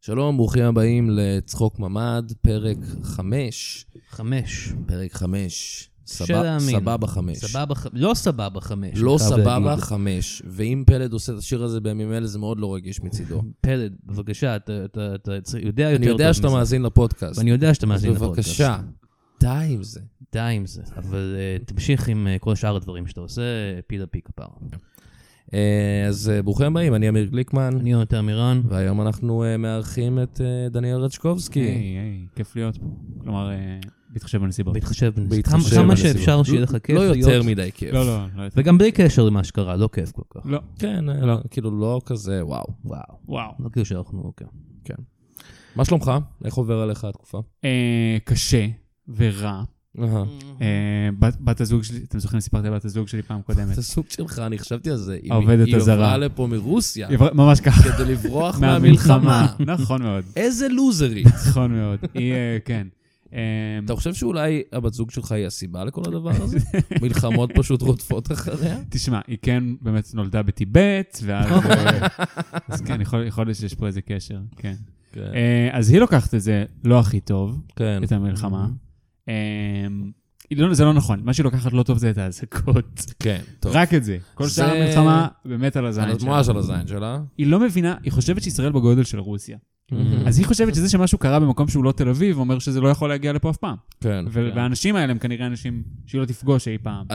שלום, ברוכים הבאים לצחוק ממ"ד, פרק 5. חמש. פרק 5. קשה להאמין. סבבה 5. סבבה, ח- לא סבבה חמש. לא אני חייב סבבה להגיד. 5. ואם פלד עושה את השיר הזה בימים אלה, זה מאוד לא רגיש מצידו. פלד, בבקשה, אתה, אתה, אתה, אתה יודע יותר אני יודע טוב שאתה מזה. מאזין לפודקאסט. ואני יודע שאתה מאזין אז לפודקאסט. בבקשה, די עם זה. די עם זה, אבל uh, תמשיך עם uh, כל שאר הדברים שאתה עושה, פילה פי כפר. אה, אז אה, ברוכים הבאים, אני אמיר גליקמן, אני יונתן מירן. והיום אנחנו אה, מארחים את אה, דניאל רצ'קובסקי. היי, היי, כיף להיות פה. כלומר, אה, בהתחשב בנסיבות. בהתחשב בנסיבות. בהתחשב כמה- כמה בנסיבות. שאפשר שיהיה לך כיף לא יותר להיות- מדי כיף. לא, לא, לא. יותר. וגם בלי קשר למה שקרה, לא כיף כל כך. לא. כן, אה, לא, כאילו לא כזה, וואו. וואו. וואו. לא כאילו שאנחנו, אוקיי. כן. מה שלומך? איך עובר עליך התקופה? אה, קשה ורע. אהה. אה, בת- בת הזוג שלי, אתם זוכרים, סיפרתי על בת הזוג שלי פעם קודמת. את הסוג שלך, אני חשבתי על זה. אם העובדת הזרה. היא עברה לפה מרוסיה היא עברה- ממש ככה. כדי לברוח מהמלחמה. מהמלחמה. נכון מאוד, איזה לוזרית. נכון מאוד. היא, אה, כן. אה, אתה חושב שאולי הבת זוג שלך היא הסיבה לכל הדבר הזה? מלחמות פשוט רודפות אחריה? תשמע, היא כן באמת נולדה בטיבט, ואז... אה, אז כן, יכול יכול להיות שיש פה איזה קשר, כן. אה, אז היא לוקחת את זה לא הכי טוב. כן. Mm-hmm. את המלחמה. אמ, היא לא- זה לא נכון, מה שהיא לוקחת לא טוב זה את האזעקות. כן, טוב. רק את זה. כל זה- לא שאר המלחמה באמת על על הזין שלה. התמונה של הזין שלה. היא לא מבינה, היא חושבת שישראל בגודל של רוסיה. Mm-hmm. אז היא חושבת שזה שמשהו קרה במקום שהוא לא תל אביב, אומר שזה לא יכול להגיע לפה אף פעם. כן. ו- והאנשים האלה הם כנראה אנשים שהיא לא תפגוש אי פעם.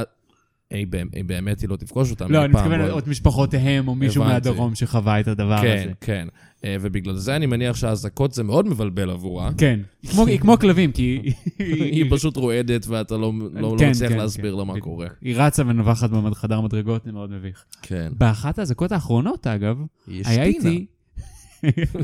היא באמ- היא באמת, היא לא תפגוש אותם. לא, אה, אי אני פעם, מתכוון אבל- לעוד משפחותיהם או מישהו הבנתי. מהדרום שחווה את הדבר הזה. כן, כן. אה, ובגלל זה אני מניח שהאזעקות זה מאוד מבלבל עבורה. כן. היא כמו- היא כמו כלבים, כי היא- היא פשוט רועדת ואתה לא לא- לא כן, מצליח כן, להסביר כן. לה מה בדיוק. קורה. היא רצה ונובחת בחדר מדרגות, זה מאוד מביך. כן. באחת האזעקות האחרונות, אגב, היא היה השתינה. איתי,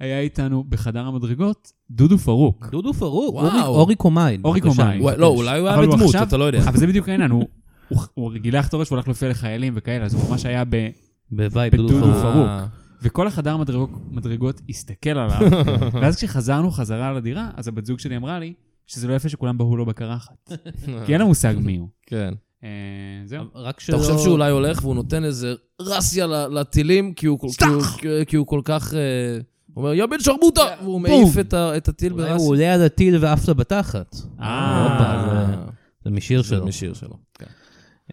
היה איתנו בחדר המדרגות דודו פרוק. דודו פרוק, וואו. אורי- אורי קומיין. אורי בבקשה. קומיין. וואי, לא, אולי הוא היה אבל הוא בדמות, עכשיו- אתה לא יודע. אבל זה בדיוק העניין, הוא- הוא- הוא גילח תורש והוא הלך להופיע לחיילים וכאלה, אז הוא ממש היה ב... בווייב דודו בדודו אה, פרוק. פרוק. וכל החדר מדרגות, מדרגות הסתכל עליו, ואז כשחזרנו חזרה לדירה, אז הבת זוג שלי אמרה לי שזה לא יפה שכולם בהו לו בקרחת, כי אין לה מושג מי הוא. כן. אה, זהו. רק שלא... אתה חושב שאולי הולך והוא נותן איזה רסיה ל- לטילים, כי הוא כל- כי הוא- כי הוא כל כך... אה, הוא אומר, יא בן שרמוטה! והוא מעיף את ה- את הטיל אולי הוא ברסיה. עולה על הטיל ועף לה בתחת. אה. הופה, זה- אה, זה לא. משיר זה שלו. משיר שלו. כן.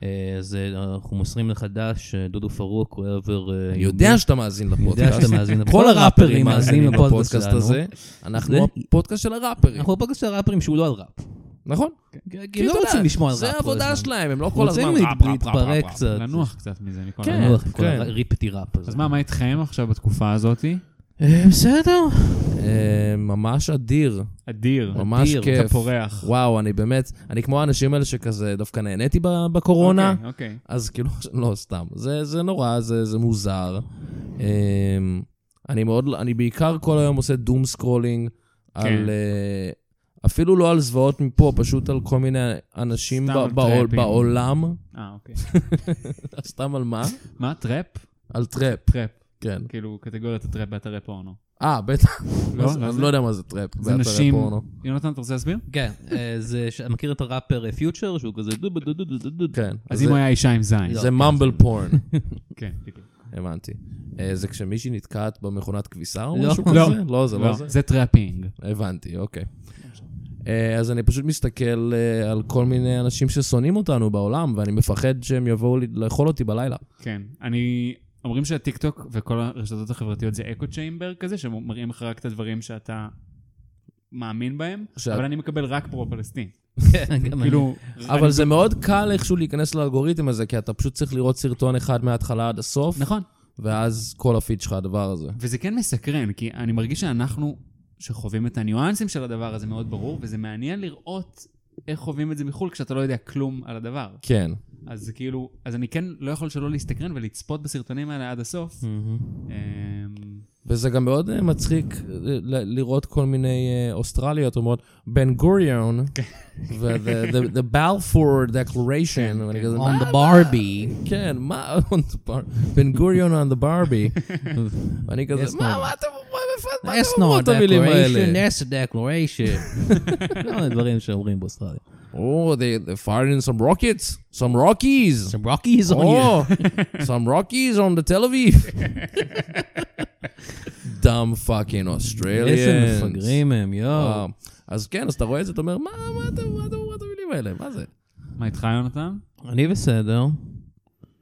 אה, אז אה, אנחנו מוסרים לחדש, אה, דודו פרוק, הוא עבר... אה, אני יומי. יודע שאתה מאזין אני יודע לפודקאסט. שאתה מאזין. כל הראפרים מאזינים לפודקאסט שלנו. הזה. זה- אנחנו הפודקאסט של הראפרים. אנחנו בפודקאסט של הראפרים שהוא לא על ראפ. נכון? כי הם לא רוצים לשמוע על ראפ. זה כל העבודה הזמן. שלהם, הם לא הם כל הזמן רוצים ראפ, ראפ, להת- ראפ, ראפ, להתפרק ראפ. קצת. לנוח קצת מזה מכל כן. ה... לנוח עם כל כן. הריפטי ראפ הזה. אז מה, מה איתכם עכשיו בתקופה הזאתי? אה, בסדר. אה, ממש אדיר, אדיר. ממש אדיר, אתה כיף. אתה פורח. וואו, אני באמת, אני כמו האנשים האלה שכזה, דווקא נהניתי ב- בקורונה, אוקיי, אוקיי. אז כאילו, לא, סתם. זה, זה נורא, זה, זה מוזר. אמ, אני מאוד, אני בעיקר כל היום עושה דום סקרולינג, כן. על... אה, אפילו לא על זוועות מפה, פשוט על כל מיני אנשים סתם ב- על בעול, טראפים. בעולם. אה, אוקיי. סתם על מה? מה, טראפ? על טראפ, טראפ. כן. כאילו, קטגוריית הטראפ באתרי פורנו. אה, בטח. לא, אז לא אני זה. לא יודע מה זה טראפ. זה באתרי נשים... פורנו. יונתן, אתה רוצה להסביר? כן, אה, זה... ש- מכיר את הראפר אה, פיוטשר, שהוא כזה דו דו דו דו דו דו. כן. אז זה- אם הוא היה אישה עם זין. זה ממבל פורן, כן, בדיוק. הבנתי. אה, זה כשמישהי נתקעת במכונת כביסה או לא. משהו לא. כזה? לא, זה לא זה. לא, זה טראפינג. הבנתי, אוקיי. אה, אז אני פשוט מסתכל אה, על כל מיני אנשים ששונאים אותנו בעולם, ואני מפחד שהם יבואו ל- לאכול אותי בלילה. כן. אני... אומרים שהטיקטוק וכל הרשתות החברתיות זה אקו צ'יימבר כזה, שמראים לך רק את הדברים שאתה מאמין בהם, שאת- אבל אני מקבל רק פרו-פלסטין. כן, גם אני. כאילו... אבל זה מאוד קל איכשהו להיכנס לאלגוריתם הזה, כי אתה פשוט צריך לראות סרטון אחד מההתחלה עד הסוף, נכון. ואז כל הפיד שלך הדבר הזה. וזה כן מסקרן, כי אני מרגיש שאנחנו, שחווים את הניואנסים של הדבר הזה מאוד ברור, וזה מעניין לראות איך חווים את זה מחו"ל כשאתה לא יודע כלום על הדבר. כן. אז זה כאילו, אז אני כן לא יכול שלא להסתקרן ולצפות בסרטונים האלה עד הסוף. Hmm. מהמם. אמ, וזה גם מאוד אה, מצחיק אה, ל- לראות כל מיני אה, אוסטרליות אומרות, בן גוריון, ו-the Balfour Declaration, ואני כזה, On "מה? the Barbie. כן, מה, on the bar- בן גוריון on the ברבי. ואני Yes, כזה, no. מה, מה אתם אומרים? מה That's אתם not אומרים a את המילים declaration, האלה? that's a declaration. כל מיני דברים שאומרים באוסטרליה. Oh, they they firing some rockets, some Rockies. Some Rockies on you. Oh, some Rockies on the Tel Aviv. dumb fucking Australians. איזה מפגרים הם, וואו. יואו. אז כן, אז אתה רואה את זה, אתה אומר, מה, מה אתה, מה אתה אומר את המילים האלה? מה זה? מה איתך, יונתן? אני בסדר.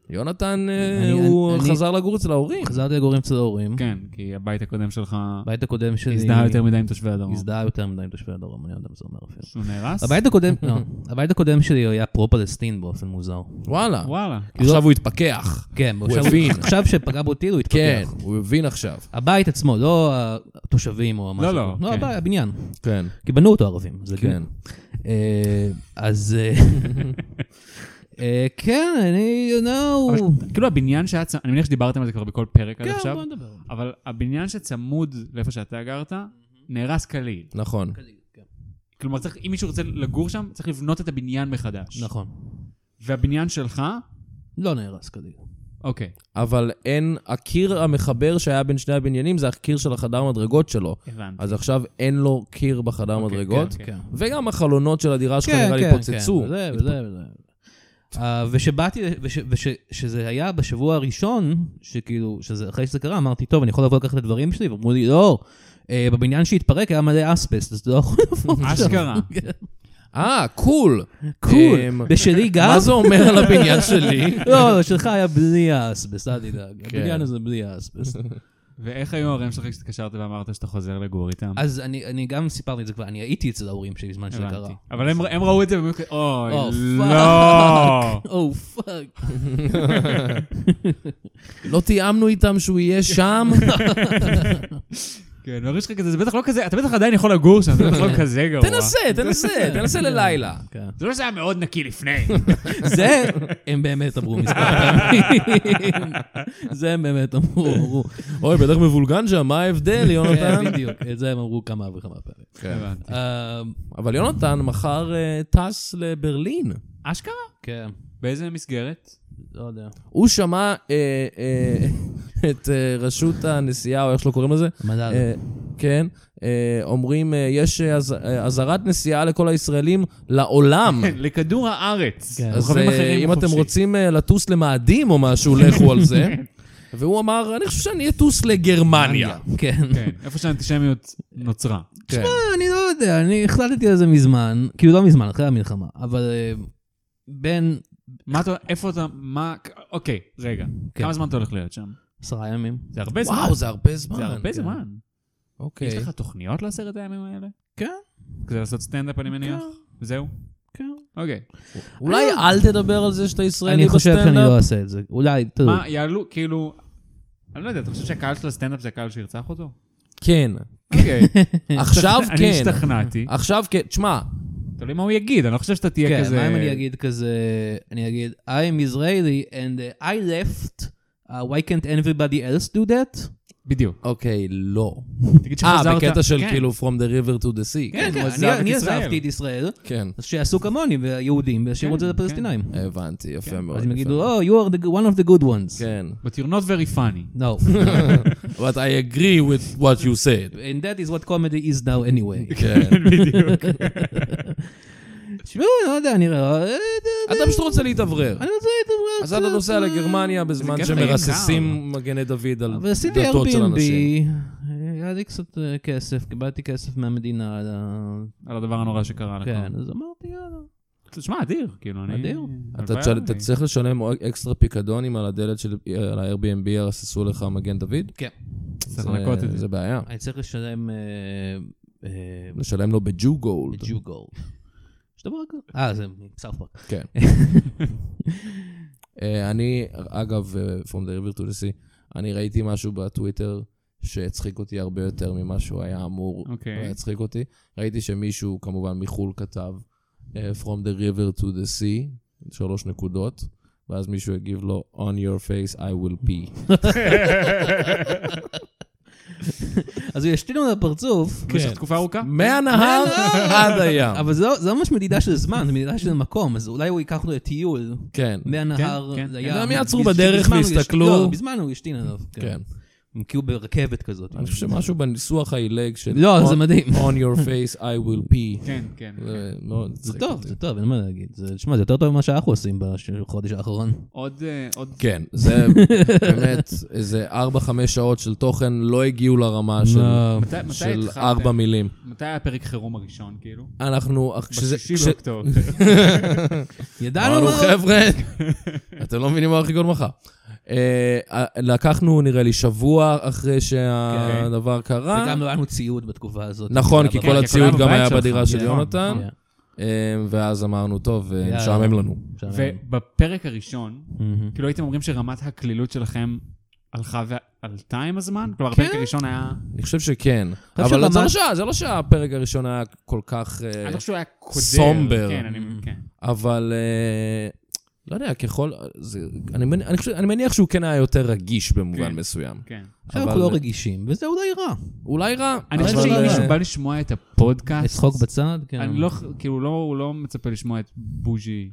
יונתן, אה, אני- הוא אני- חזר לגור אצל ההורים. חזרתי לגורים אצל ההורים. כן, כי הבית הקודם שלך הבית הקודם שלי... הזדהה יותר מדי עם תושבי הדרום. הזדהה יותר מדי עם תושבי הדרום, אני לא יודע מה זה אומר אפילו. שהוא נהרס? הבית הקודם, לא, הבית הקודם שלי היה פרו-פלסטין באופן מוזר. וואלה. וואלה. עכשיו הוא התפכח. כן, הוא עכשיו- הבין. עכשיו שפגע בו טיל הוא כן, התפתח. הוא הבין עכשיו. הבית עצמו, לא התושבים או משהו. לא, לא, כן. הבית, הבניין. כן, כי בנו אותו ערבים. זה כן. אה, אז... אה, אה, כן, אני, you know... אבל כאילו הבניין שהיה צמוד, אני מניח שדיברתם על זה כבר בכל פרק עד כן, עכשיו, בוא נדבר. אבל הבניין שצמוד לאיפה שאתה גרת, Mm-hmm. נהרס כליל. נכון. כן. כלומר, צריך- אם מישהו רוצה לגור שם, צריך לבנות את הבניין מחדש. נכון. והבניין שלך, לא נהרס כדאי. אוקיי. אבל אין, הקיר המחבר שהיה בין שני הבניינים זה הקיר של החדר מדרגות שלו. הבנתי. אז עכשיו אין לו קיר בחדר אוקיי, מדרגות, כן, כן. וגם החלונות של הדירה שלך נראה לי פוצצו. כן, וזה וזה וזה. אה, ושבאתי, ושזה היה בשבוע הראשון, שכאילו, שזה אחרי שזה קרה, אמרתי, טוב, אני יכול לבוא לקחת את הדברים שלי? ואמרו לי, לא, אה, בבניין שהתפרק היה מלא אסבסט, אז אתה לא יכול לבוא. אשכרה. אה, קול. קול, אמ, בשלי גם? מה זה אומר על הבניין שלי? לא, לא, שלך היה בלי האסבסט, אל תדאג. כן. הבניין הזה בלי האסבסט. ואיך היו ההורים שלך כשהתקשרת ואמרת שאתה חוזר לגור איתם? אז אני אני גם סיפרתי את זה כבר, אני הייתי אצל ההורים שלי בזמן שזה קרה. אוקיי. הבנתי. אבל הם- הם ראו את זה והם היו כ- אוי, או, Oh, לא. או פאק. לא תיאמנו איתם שהוא יהיה שם? כן, ההורים שלך כזה, זה בטח לא כזה, אתה בטח עדיין יכול לגור שם, זה בטח לא כזה גרוע. תנסה, תנסה, תנסה ללילה. כן. זה לא שזה היה מאוד נקי לפני. זה, הם באמת אמרו מספר פעמים. זה הם באמת אמרו, אמרו. אוי, בטח מבולגן שם, מה ההבדל, יונתן? כן, בדיוק, את זה הם אמרו כמה וכמה פעמים. הבנתי. אה, אבל יונתן מחר אה, טס לברלין. אשכרה? כן, באיזה מסגרת? לא יודע. הוא שמע אה, אה, את אה, רשות הנסיעה, או איך שלא קוראים לזה, מזל. אה, כן, אה, אומרים, אה, יש אה, אז- אה, אזהרת נסיעה לכל הישראלים לעולם. לכדור הארץ. כן. אז כן, כוכבים אה, אחרים אם אתם חופשי. רוצים אה, לטוס למאדים או משהו, לכו על זה. והוא אמר, אני חושב שאני אטוס לגרמניה. כן. כן, איפה שהאנטישמיות נוצרה. כן. אה, אני לא יודע, אני החלטתי על זה מזמן, כאילו לא מזמן, אחרי המלחמה, אבל אה, בין מה אתה, איפה אתה, מה, אוקיי, רגע. כן. כמה זמן אתה הולך להיות שם? עשרה ימים. זה הרבה זמן. וואו, זה הרבה זמן. כן. זה הרבה זמן. יש אוקיי. לך תוכניות לעשרת הימים האלה? כן. כזה לעשות סטנדאפ, אני מניח? זהו? כן. אוקיי. אולי אל תדבר על זה שאתה ישראלי אני חושב שאני בסטנדאפ. לא אעשה את זה. אולי, אתה יודע. מה, יעלו, כאילו, אני לא יודע, אתה חושב שהקהל של הסטנדאפ זה הקהל שירצח אותו? כן. אוקיי. עכשיו אני כן. השתכנעתי. עכשיו כן. תשמע, תלוי מה הוא יגיד, אני לא חושב שאתה תהיה כן, כזה... מה אם אני אגיד כזה, אני אגיד, I am Israeli and uh, I left, uh, why can't everybody else do that? בדיוק. אוקיי, לא. תגיד אה, שחזרת. בקטע של כן. כאילו From the river to the sea. כן, הוא כן, עזב אני- את אני ישראל. עזבתי את ישראל, כן. אז שיעשו כמוני, והיהודים, וישאירו את זה כן, לפלסטינאים. הבנתי, יפה מאוד. אז הם יפה יגידו, מאוד. Oh, you are the- one of the good ones. כן. But you're not very funny. No, But I agree with what you said. and that is what comedy is now anyway. כן. בדיוק. תשמעו, לא יודע, אני רואה... אה, אה, אתה פשוט רוצה להתאוורר. אני לא רוצה את זה. אה, אז אתה נוסע לגרמניה בזמן כיף חיים שמרססים מגני דוד על אבל עשיתי דתות של Airbnb, אנשים. היה לי קצת אה, כסף, קיבלתי כסף מהמדינה, על ה- על הדבר הנורא שקרה נכון. לך. כן, אז אמרתי, יאללה. תשמע, אדיר, כאילו, אני... אדיר. אתה הלוואי תשל- עליי. אתה צריך לשלם עוד אקסטרה פיקדונים על הדלת של על ה-Airbnb, ירססו לך מגן דוד? כן. צריך זה- לנקות את זה. זה בעיה. אני צריך לשלם אה, אה, לשלם לו בג'ו גולד. בג'ו גולד. יש דבר כזה? אה, זה מסאוף פארק. כן. אה, אני, אגב, אה, From the River to the Sea, אני ראיתי משהו בטוויטר שהצחיק אותי הרבה יותר ממה שהוא היה אמור אוקיי. להצחיק אותי. ראיתי שמישהו, כמובן מחו"ל, כתב אה, From the River to the Sea, שלוש נקודות, ואז מישהו הגיב לו On your face I will pee. אז הוא ישתין לו לפרצוף, כן. במשך תקופה ארוכה? מהנהר עד הים. אבל זה לא- זה לא ממש מדידה של זמן, זה מדידה של מקום, אז אולי הוא ייקח לו לטיול כן. מהנהר כן, כן. לים. הם יעצרו בז- בדרך בזמן הוא ויסתכלו. יש- לא, בזמן הוא ישתין עליו. כן. הם כאילו ברכבת כזאת. אני חושב שמשהו בניסוח העילג של... לא, on- זה מדהים. On your face I will pee. כן, כן. זה מאוד זה מצחיק טוב, אותי. זה טוב, אין מה להגיד. זה- שמע, זה יותר טוב ממה שאנחנו עושים בחודש האחרון. עוד... אה, עוד... כן, זה באמת איזה 4-5 שעות של תוכן לא הגיעו לרמה של- לא. מתי מתי של התחלתם? 4 מילים. מתי היה פרק חירום הראשון, כאילו? אנחנו... אך- כשזה- בשישי כש- באוקטובר. ידענו אמרנו, מה... חבר'ה, אתם לא מבינים מה הולך לקרות מחר. אה, אה, לקחנו, נראה לי, שבוע אחרי שהדבר קרה. וגם לא היה לנו ציוד בתקופה הזאת. נכון, כי אבל- אוקיי. כן, כל כי הציוד הכל היה גם בבית היה שלך, בדירה של נכון, יונתן, נכון. אה, ואז אמרנו, טוב, אה, יאללה. משעמם לנו. משעמם. ובפרק הראשון, מהמם. כאילו הייתם אומרים שרמת הקלילות שלכם הלכה ועלתה עם הזמן? אה, כלומר, הפרק כן. הראשון היה... אני חושב שכן. חושב אבל זה שברמת- לא שעה, זה לא שהפרק הראשון היה כל כך... אה, אני לא חושב שהוא היה קודר. סומבר. כן, אני... כן. אבל אה, לא יודע, ככל... זה- אני מנ- אני חושב- אני מניח שהוא כן היה יותר רגיש במובן כן. מסוים. כן. עכשיו אנחנו אבל- לא רגישים, וזה אולי רע. אולי רע. אני אבל, חושב שאם אה, מישהו בא לשמוע את הפודקאסט... צחוק בצד, כן. אני לא, כאילו, לא, הוא לא מצפה לשמוע את בוז'י.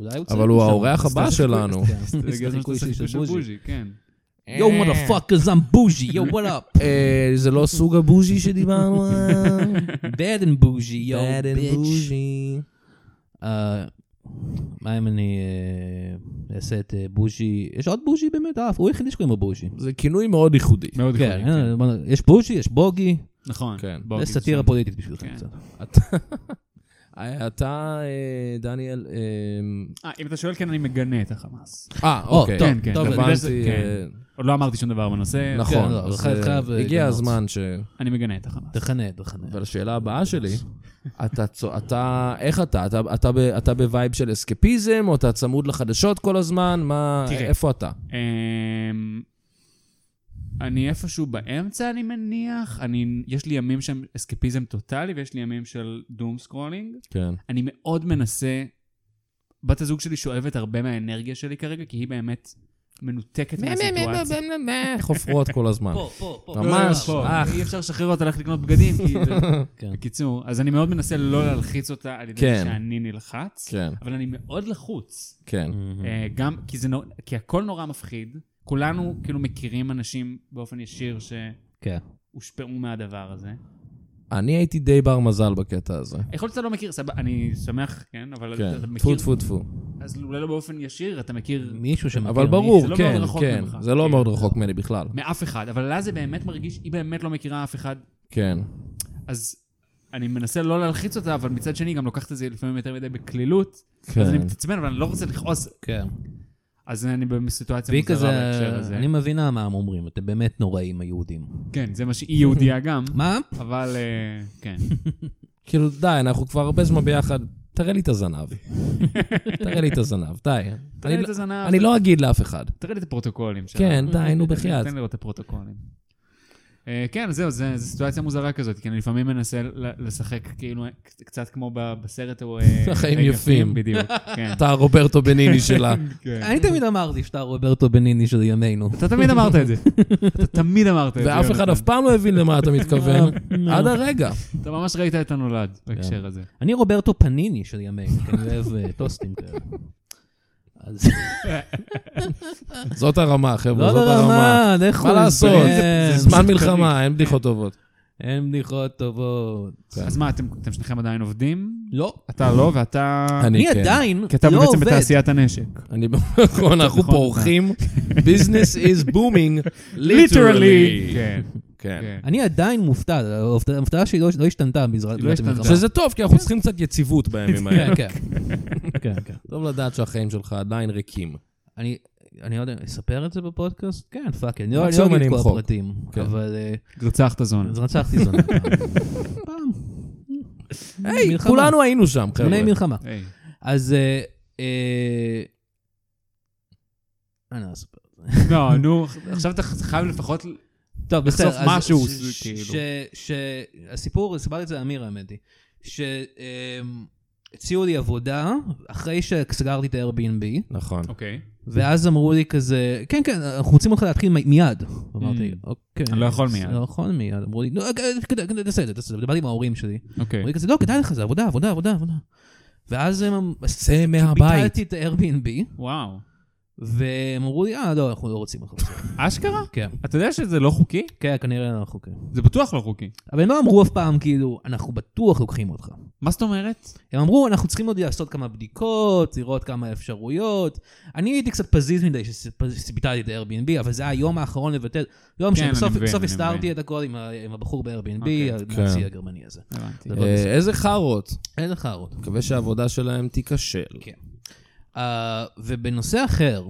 אולי הוא אבל הוא האורח הבא שלנו. כן. הגיע הזמן שתעשה חיקוי של בוז'י, כן. יו מודפאקרס, I'm בוז'י, יו וואט אפ. אה, זה לא סוג הבוז'י שדיברנו עליו? bad and בוז'י, יו Bad and ביץ'. bougie. Uh, מה אם אני אה, אעשה את אה, בוז'י? יש עוד בוז'י באמת? אה, הוא היחידי שקוראים לו בוז'י. זה כינוי מאוד ייחודי. מאוד כן, ייחודי. אה, בוא נ- יש בוז'י, יש בוגי, נכון. כן. בוא, זה כאילו, סאטירה שם. פוליטית בשבילכם כן. קצת. אה, אתה, אה, דניאל, אה, אה, אם אתה שואל, כן, אני מגנה את החמאס. אה, או, אוקיי. טוב, כן, כן, טוב, אבל- הבנתי, כן. אה, עוד לא אמרתי שום דבר בנושא. נכון. לא, אז, חייב- אה, חייב, אה, הגיע לגנות. הזמן ש... אני מגנה את החמאס. תכנה, תכנה. אבל השאלה הבאה שלי, אתה, צו- אתה, איך אתה? אתה, אתה, ב, אתה בווייב של אסקפיזם, או אתה צמוד לחדשות כל הזמן? מה, תראה. איפה אתה? אמ, אני איפשהו באמצע, אני מניח. אני, יש לי ימים שהם אסקפיזם טוטאלי, ויש לי ימים של דום סקרולינג. כן. אני מאוד מנסה... בת הזוג שלי שואבת הרבה מהאנרגיה שלי כרגע, כי היא באמת מנותקת מהסיטואציה. חופרות כל הזמן. פה, פה, פה. ממש, לא, לא, אה. אי אפשר לשחרר אותה ללכת לקנות בגדים, כי זה... כן. בקיצור, אז אני מאוד מנסה לא להלחיץ אותה על ידי כן. שאני נלחץ, כן, אבל אני מאוד לחוץ. כן. אה, גם כי זה נו- כי הכל נורא מפחיד. כולנו כאילו מכירים אנשים באופן ישיר כן. שהושפעו מהדבר הזה. אני הייתי די בר מזל בקטע הזה. יכול להיות שאתה לא מכיר, סבבה, אני שמח, כן, אבל אתה כן, מכיר, טפו טפו טפו. אז אולי לא באופן ישיר, אתה מכיר מישהו שמכיר אבל מישהו. ברור, זה לא כן, מאוד רחוק כן. ממך. זה לא כן. מאוד רחוק ממני בכלל. מאף אחד, אבל לה זה באמת מרגיש, היא באמת לא מכירה אף אחד, כן. אז אני מנסה לא להלחיץ אותה, אבל מצד שני גם לוקחת את זה לפעמים יותר מדי בקלילות, אז אני כן. מתעצבן, אבל אני לא רוצה לכעוס, כן. אז אז אני בסיטואציה והיא מוזרה כזה, בהקשר הזה. אני מבינה מה הם אומרים, אתם באמת נוראים היהודים. כן, זה מה שהיא יהודייה גם, מה? אבל אה, כן. כאילו, די, אנחנו כבר הרבה זמן ביחד. תראה לי את הזנב. תראה לי את הזנב, די. תראה אני לי את הזנב, אני לא אגיד לאף אחד. תראה לי את הפרוטוקולים שלה. כן, די, נו, בחייאת. תן לראות את הפרוטוקולים. אה, כן, זהו, זה- זו סיטואציה מוזרה כזאת, כי אני לפעמים מנסה ל- לשחק כאילו ק- קצת כמו ב- בסרט הוא... אה, החיים חיים יפים. בדיוק, כן. אתה הרוברטו בניני שלה. כן. אני תמיד אמרתי שאתה רוברטו בניני של ימינו. אתה תמיד אמרת את זה. אתה תמיד אמרת את זה. ואף אחד יונתן. אף פעם לא הבין למה אתה מתכוון, לא. עד הרגע. אתה ממש ראית את הנולד כן. בהקשר הזה. אני רוברטו פניני של ימינו, כי אני אוהב אה, טוסטים כאלה. אז... זאת הרמה, לא חבר'ה, זאת הרמה. לרמה, לכו. מה לעשות? כן. זה זמן מלחמה, אין בדיחות טובות. אין בדיחות טובות. אז מה, אתם אתם שניכם עדיין עובדים? לא. אתה לא, ואתה... כן. אני אני כן. עדיין כי אתה לא בעצם עובד. בתעשיית הנשק. אני נכון, אנחנו נכון, פורחים. business is booming, ליטרלי. literally. כן, כן. כן. אני עדיין מופתע, ההופתעה- ההופתעה שלי לא- לא השתנתה בעזרת לא בעזרת השתנתה. המלחמה. שזה טוב, כי אנחנו צריכים קצת יציבות בימים האלה. כן, כן. כן, כן. טוב לדעת שהחיים שלך עדיין ריקים. אני, אני לא יודע, אספר את זה בפודקאסט? כן, פאק, it, אני לא אני לא מקסימום אגיד אני את כל אמחוק. הפרטים, כן. אבל אה, רצחת זונה. אז רצחתי זונה פעם. פעם. היי, מלחמה. כולנו היינו שם, חבר'ה. בני מלחמה. היי. אז... אה, אה, אני לא אספר. לא, נו, עכשיו אתה חייב לפחות... טוב, לחשוף בסדר. אז משהו, ש- זה ש- כאילו. ש- שהסיפור, סיפרתי את זה לאמיר, האמת היא, שהציעו לי עבודה אחרי שסגרתי את ה-Airbnb, נכון. אוקיי. ואז אמרו לי כזה, כן, כן, אנחנו רוצים אותך להתחיל מ- מיד. אמרתי, אוקיי. אני לא יכול מיד." לא יכול מיד. אמרו לי, "נו, אה, כדאי, כדאי, תעשה את זה, תעשה את זה. דיברתי עם ההורים שלי. אוקיי. אמרו לי כזה, לא, כדאי לך, זה עבודה, עבודה, עבודה, עבודה. ואז הם... צא מהבית. ביטלתי את ה-Airbnb, וואו. והם אמרו לי, אה, לא, אנחנו לא רוצים אותך. אשכרה? כן. אתה יודע שזה לא חוקי? כן, כנראה אנחנו כן. זה בטוח לא חוקי. אבל הם לא אמרו אף פעם, כאילו, אנחנו בטוח לוקחים אותך. מה זאת אומרת? הם אמרו, אנחנו צריכים עוד לעשות כמה בדיקות, לראות כמה אפשרויות. אני הייתי קצת פזיז מדי שסיפיטלתי את ה-Airbnb, אבל זה היה היום האחרון לבטל. לא משנה, כן, אני בסוף- מבין, בסוף אני הסתרתי מבין. את הכל עם ה- עם הבחור ב-Airbnb, אוקיי. כן. הנאצי הגרמני הזה. הבנתי. זה- לא אה, איזה חארות. אין לך עוד. מקווה שהעבודה שלהם תיכשל. כן. אה, ובנושא אחר,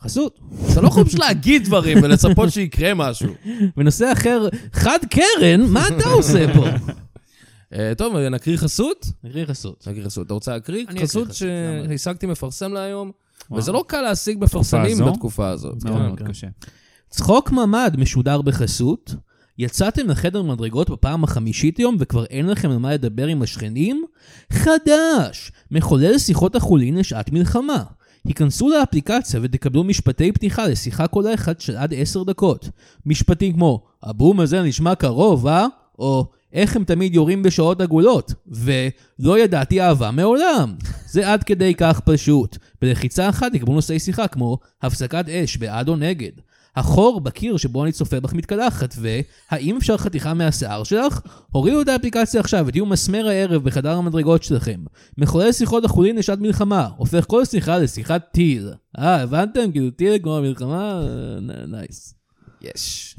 חסות. אתה לא יכול פשוט להגיד דברים ולצפות שיקרה משהו. בנושא אחר, חד קרן, מה אתה עושה פה? אה, טוב, נקריא חסות? נקריא חסות. נקריא חסות. אתה רוצה להקריא? אני אקריא חסות חסות, למה? שהשגתי מפרסם להיום, וואו. וזה לא קל להשיג מפרסמים הזו? בתקופה הזאת. מאוד כן. מאוד כן. קשה. צחוק ממ"ד משודר בחסות? יצאתם לחדר מדרגות בפעם החמישית היום וכבר אין לכם על מה לדבר עם השכנים? חדש! מחולל שיחות החולין לשעת מלחמה. היכנסו לאפליקציה ותקבלו משפטי פתיחה לשיחה כל האחת של עד 10 דקות. משפטים כמו הבום הזה נשמע קרוב, אה? או איך הם תמיד יורים בשעות עגולות, ולא ידעתי אהבה מעולם. זה עד כדי כך פשוט. בלחיצה אחת יקבלו נושאי שיחה כמו הפסקת אש בעד או נגד. החור בקיר שבו אני צופה בך מתקלחת, והאם אפשר חתיכה מהשיער שלך? הורידו את האפליקציה עכשיו ותהיו מסמר הערב בחדר המדרגות שלכם. מחולל שיחות החולין לשעת מלחמה, הופך כל שיחה לשיחת טיל. אה, הבנתם? כאילו טיל כמו המלחמה? אה, נ- נייס. יש.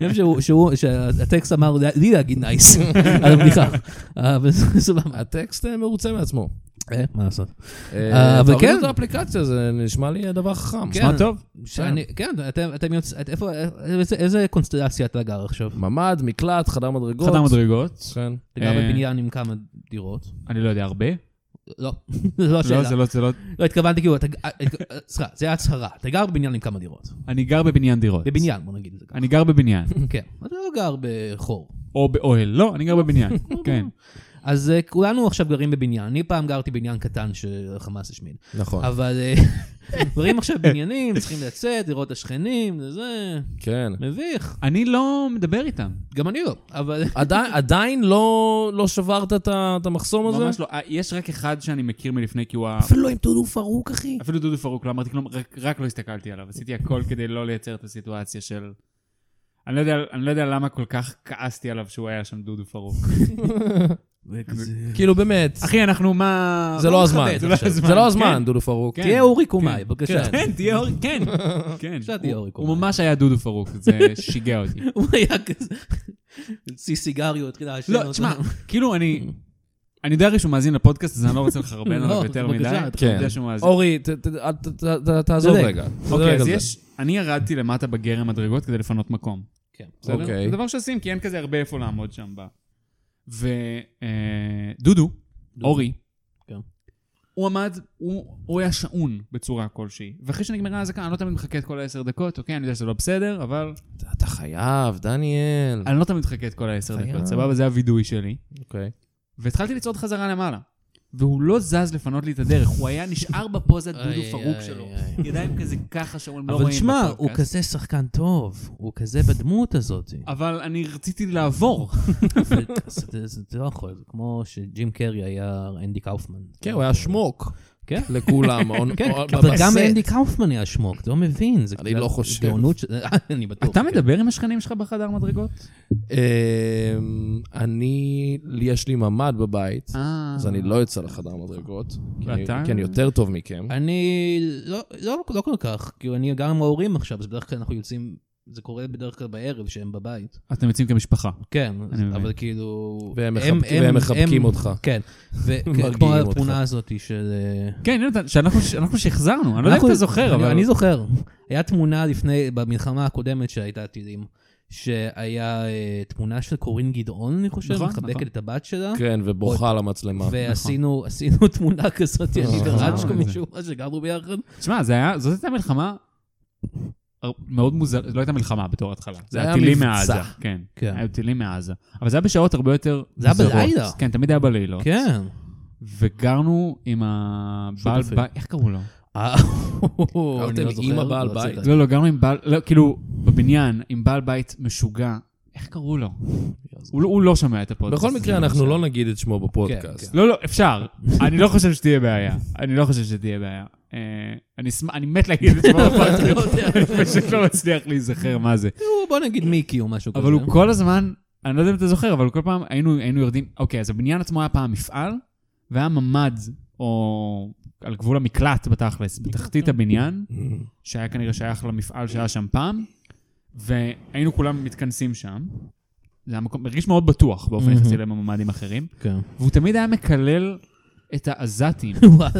אני חושב שהוא- שהוא- שהטקסט אמר לי להגיד נייס על הבדיחה. אה, אבל זה סבבה. הטקסט אה, מרוצה מעצמו. אה, מה לעשות? אה, אבל תורידו כן. את האפליקציה, זה נשמע לי דבר חכם. כן. מה טוב? שאני- כן, אתם אתם יוצאים, את- איפה, אה, איזה- איזה קונסטלציה אתה גר עכשיו? ממ"ד, מקלט, חדר מדרגות. חדר מדרגות. כן. אתה גר אה. בבניין עם כמה דירות? אני לא יודע, הרבה? לא, זו לא לא, השאלה. זה לא, זה לא... לא התכוונתי כאילו, אתה- אה, אה, סליחה, זה היה הצהרה. אתה גר בבניין עם כמה דירות. אני גר בבניין דירות. בבניין, בוא נגיד את זה ככה. אני גר בבניין. כן. אתה לא גר בחור. או באוהל. לא, אני גר בבניין. כן. אז אה, כולנו עכשיו גרים בבניין. אני פעם גרתי בבניין קטן שחמאס השמיד. נכון. אבל אה, גרים עכשיו בבניינים, צריכים לצאת, לראות את השכנים, וזה... כן. מביך. אני לא מדבר איתם. גם אני לא, אבל... כן, עדיין- עדיין לא לא שברת את ה- את המחסום הזה? ממש לא. אה, יש רק אחד שאני מכיר מלפני, כי הוא ה... אפילו עם דודו פרוק, אחי. אפילו דודו פרוק לא אמרתי כלום, רק- רק לא הסתכלתי עליו. עשיתי הכל כדי לא לייצר את הסיטואציה של... אני לא יודע- אני לא יודע למה כל כך כעסתי עליו שהוא היה שם דודו פרוק. כאילו, באמת. אחי, אנחנו מה... זה לא הזמן. זה לא הזמן. זה לא כן. הזמן, דודו פרוק. כן. תהיה אורי קומאי, כן. בבקשה. כן, תהיה אורי, כן. כן. בבקשה, תהיה הוא- אורי קורן. הוא ממש היה דודו פרוק, זה שיגע אותי. הוא היה כזה... הוציא סיגריות, התחיל לעשן לא, תשמע, כאילו אני... אני יודע הרי שהוא מאזין לפודקאסט, אז אני לא רוצה לחרבן לא, עליו יותר מדי. בבקשה, אני כן. יודע שהוא מאזין. אורי, ת- ת- ת- ת- ת- תעזוב צודק. רגע. תעזוב אוקיי, רגע אז זה. יש... אני ירדתי למטה בגרם מדרגות כדי לפנות מקום. כן. בסדר? אוקיי. זה דבר שעושים, כי אין כזה הרבה איפה לעמוד שם. ודודו, אורי, כן. הוא עמד, הוא הוא היה שעון בצורה כלשהי. ואחרי שנגמרה האזעקה, אני לא תמיד מחכה את כל העשר דקות, אוקיי? אני יודע שזה לא בסדר, אבל אתה חייב, דניאל. אני לא תמיד מחכה את כל העשר חייב. דקות, סבבה? זה הווידוי שלי. אוקיי. והתחלתי לצעוד חזרה למעלה. והוא לא זז לפנות לי את הדרך, הוא היה נשאר בפוזת איי, דודו פרוק איי, שלו. איי. ידיים כזה ככה שאומרים, לא אבל רואים תשמע, הוא בפודקאסט. כזה שחקן טוב, הוא כזה בדמות הזאת. אבל אני רציתי לעבור. אוקיי. זה- זה- זה זה לא יכול, זה כמו שג'ים קרי היה אנדי קאופמן. כן, הוא היה שמוק כן. לכולם. און- כן, און- אבל בסט. גם אנדי קאופמן היה שמוק, אתה לא מבין. זה אני זה- לא זה חושב. גאונות ש- אני בטוח. אתה כן. מדבר עם השכנים שלך בחדר מדרגות? אמ, אני, לי יש לי ממ"ד בבית, אה. אז אני לא יוצא לחדר מדרגות. כי אני- ואתה? כי אני יותר טוב מכם. אני לא- לא לא כל כך, כאילו אני גר עם ההורים עכשיו, אז בדרך כלל אנחנו יוצאים, זה קורה בדרך כלל בערב שהם בבית. אתם יוצאים כמשפחה. כן, אז- מבין. אבל כאילו... והם הם- מחבק- הם- והם מחבקים הם- אותך. כן, מרגיעים וכמו אותך. התמונה הזאת של... אה, כן, יונתן, שאנחנו שאנחנו שהחזרנו, אני לא יודע אם אנחנו- אתה זוכר, אני- אבל... אני זוכר. היה תמונה לפני, במלחמה הקודמת שהייתה טילים, שהיה אה, תמונה של קורין גדעון, אני חושב, נכון, מחבקת נכון. את הבת שלה. כן, ובוכה על המצלמה. ועשינו עשינו תמונה כזאת, אני נכון. וראצ'קו נכון. מישהו שגרנו ביחד. תשמע, זה היה- זאת הייתה מלחמה הר- מאוד מוזר, לא הייתה מלחמה בתור התחלה. זה היה היה טילים מבצע. מעזה. כן, כן. היה טילים מעזה. אבל זה היה בשעות הרבה יותר זה היה מוזרות. בלילה. כן, תמיד היה בלילות. כן. וגרנו עם הבעל שותפים. בית, איך קראו לו? אה, אני עם לא זוכר. אמא בעל לא רציתי בית. להגיד. לא, לא, גרנו עם בעל, לא, כאילו, בבניין, עם בעל בית משוגע. איך קראו לו? הוא לא- הוא לא שומע את הפודקאסט. בכל מקרה, אנחנו לא נגיד את שמו בפודקאסט. כן, לא, לא, אפשר. אני לא חושב שתהיה בעיה. אני לא חושב שתהיה בעיה. אה, אני אשמח- אני מת להגיד את שמו בפרטיות, לא יודע. אני פשוט לא מצליח להיזכר מה זה. הוא, בוא נגיד מיקי או משהו כזה. אבל הוא כל הזמן, אני לא יודע אם אתה זוכר, אבל כל פעם היינו היינו יורדים, אוקיי, אז הבניין עצמו היה פעם מפעל, והיה ממ"ד, או על גבול המקלט בתכלס, בתחתית הבניין, כן. אמ, שהיה כנראה שייך למפעל שהיה שם פעם, והיינו כולם מתכנסים שם. זה היה מקום, הרגיש מאוד בטוח באופן Mhm. יחסי לממ"דים אחרים, כן. והוא תמיד היה מקלל את העזתים, וואלה,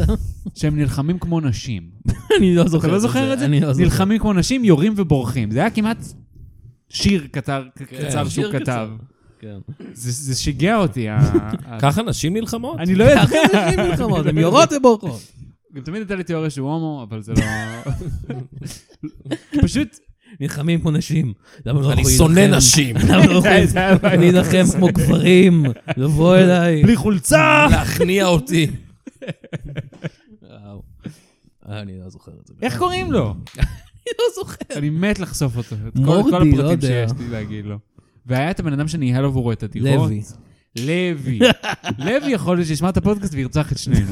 שהם נלחמים כמו נשים. אני לא זוכר אתה לא זוכר את זה? אני לא זוכר. נלחמים כמו נשים, יורים ובורחים. זה היה כמעט שיר קצר, קצר שהוא כן, שיר כתב. קצר. כן. זה זה שיגע אותי. ה- ה- ככה נשים נלחמות? אני לא יודע. אחרי זה יש מלחמות, הן יורות ובורחות. גם תמיד הייתה לי תיאוריה שהוא הומו, אבל זה לא... פשוט... נלחמים כמו נשים. למה לא אני יכולים שונא להילחם? נשים. למה לא יכולים זה היה בעיה. להילחם כמו גברים? לבוא אליי. בלי חולצה! להכניע אותי. וואו. אה, אני לא זוכר את זה. איך קוראים לו? אני לא זוכר. אני מת לחשוף אותו. את כל- מורדי, כל לא הפרטים יודע. שיש לי להגיד לו. והיה את הבן אדם שניהל עבורו את הדירות. לוי. לוי. לוי יכול להיות שישמע את הפודקאסט וירצח את שנינו.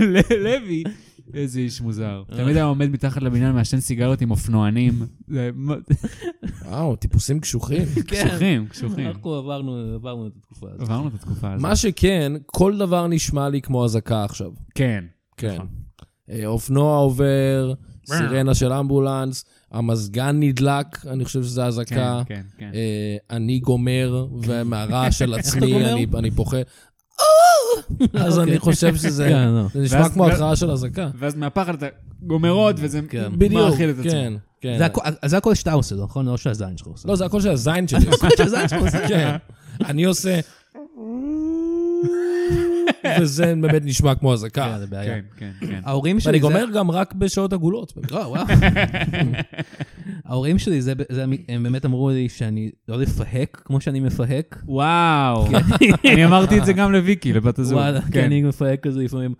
ל- לוי, איזה איש מוזר. אה. תמיד היה עומד מתחת לבניין, מעשן סיגריות עם אופנוענים. זה מ- וואו, טיפוסים קשוחים. כן. קשוחים, קשוחים. אנחנו עברנו, עברנו את התקופה הזאת. עברנו את התקופה הזאת. מה שכן, כל דבר נשמע לי כמו אזעקה עכשיו. כן. כן. נכון. אה, אופנוע עובר, אה. סירנה של אמבולנס, המזגן נדלק, אני חושב שזה כן, אזעקה. כן, כן. אה, אני גומר, ומהרעש של עצמי גומר? אה! אני- אני פוחד. אז אוקיי. אני חושב שזה כן, לא. זה נשמע ואז- כמו התראה של אזעקה. ואז מהפחד אתה גומר עוד, וזה כן. בדיוק, מאכיל את עצמו. כן, כן. זה הכ- אז זה הכל שאתה עושה, נכון? לא שהזין שלך עושה. לא, זה הכל של הזין שלי. שהזין שלך עושה. כן. אני עושה... וזה באמת נשמע כמו אזעקה. כן, זה בעיה. כן, כן, כן. ההורים שלי... ואני זה- גומר גם רק בשעות עגולות. לא, וואו. ההורים שלי, זה- זה- הם באמת אמרו לי שאני לא לפהק כמו שאני מפהק. וואו. אני אמרתי את זה גם לוויקי, לבת הזוג. כן. וואלה, כי אני מפהק כזה לפעמים.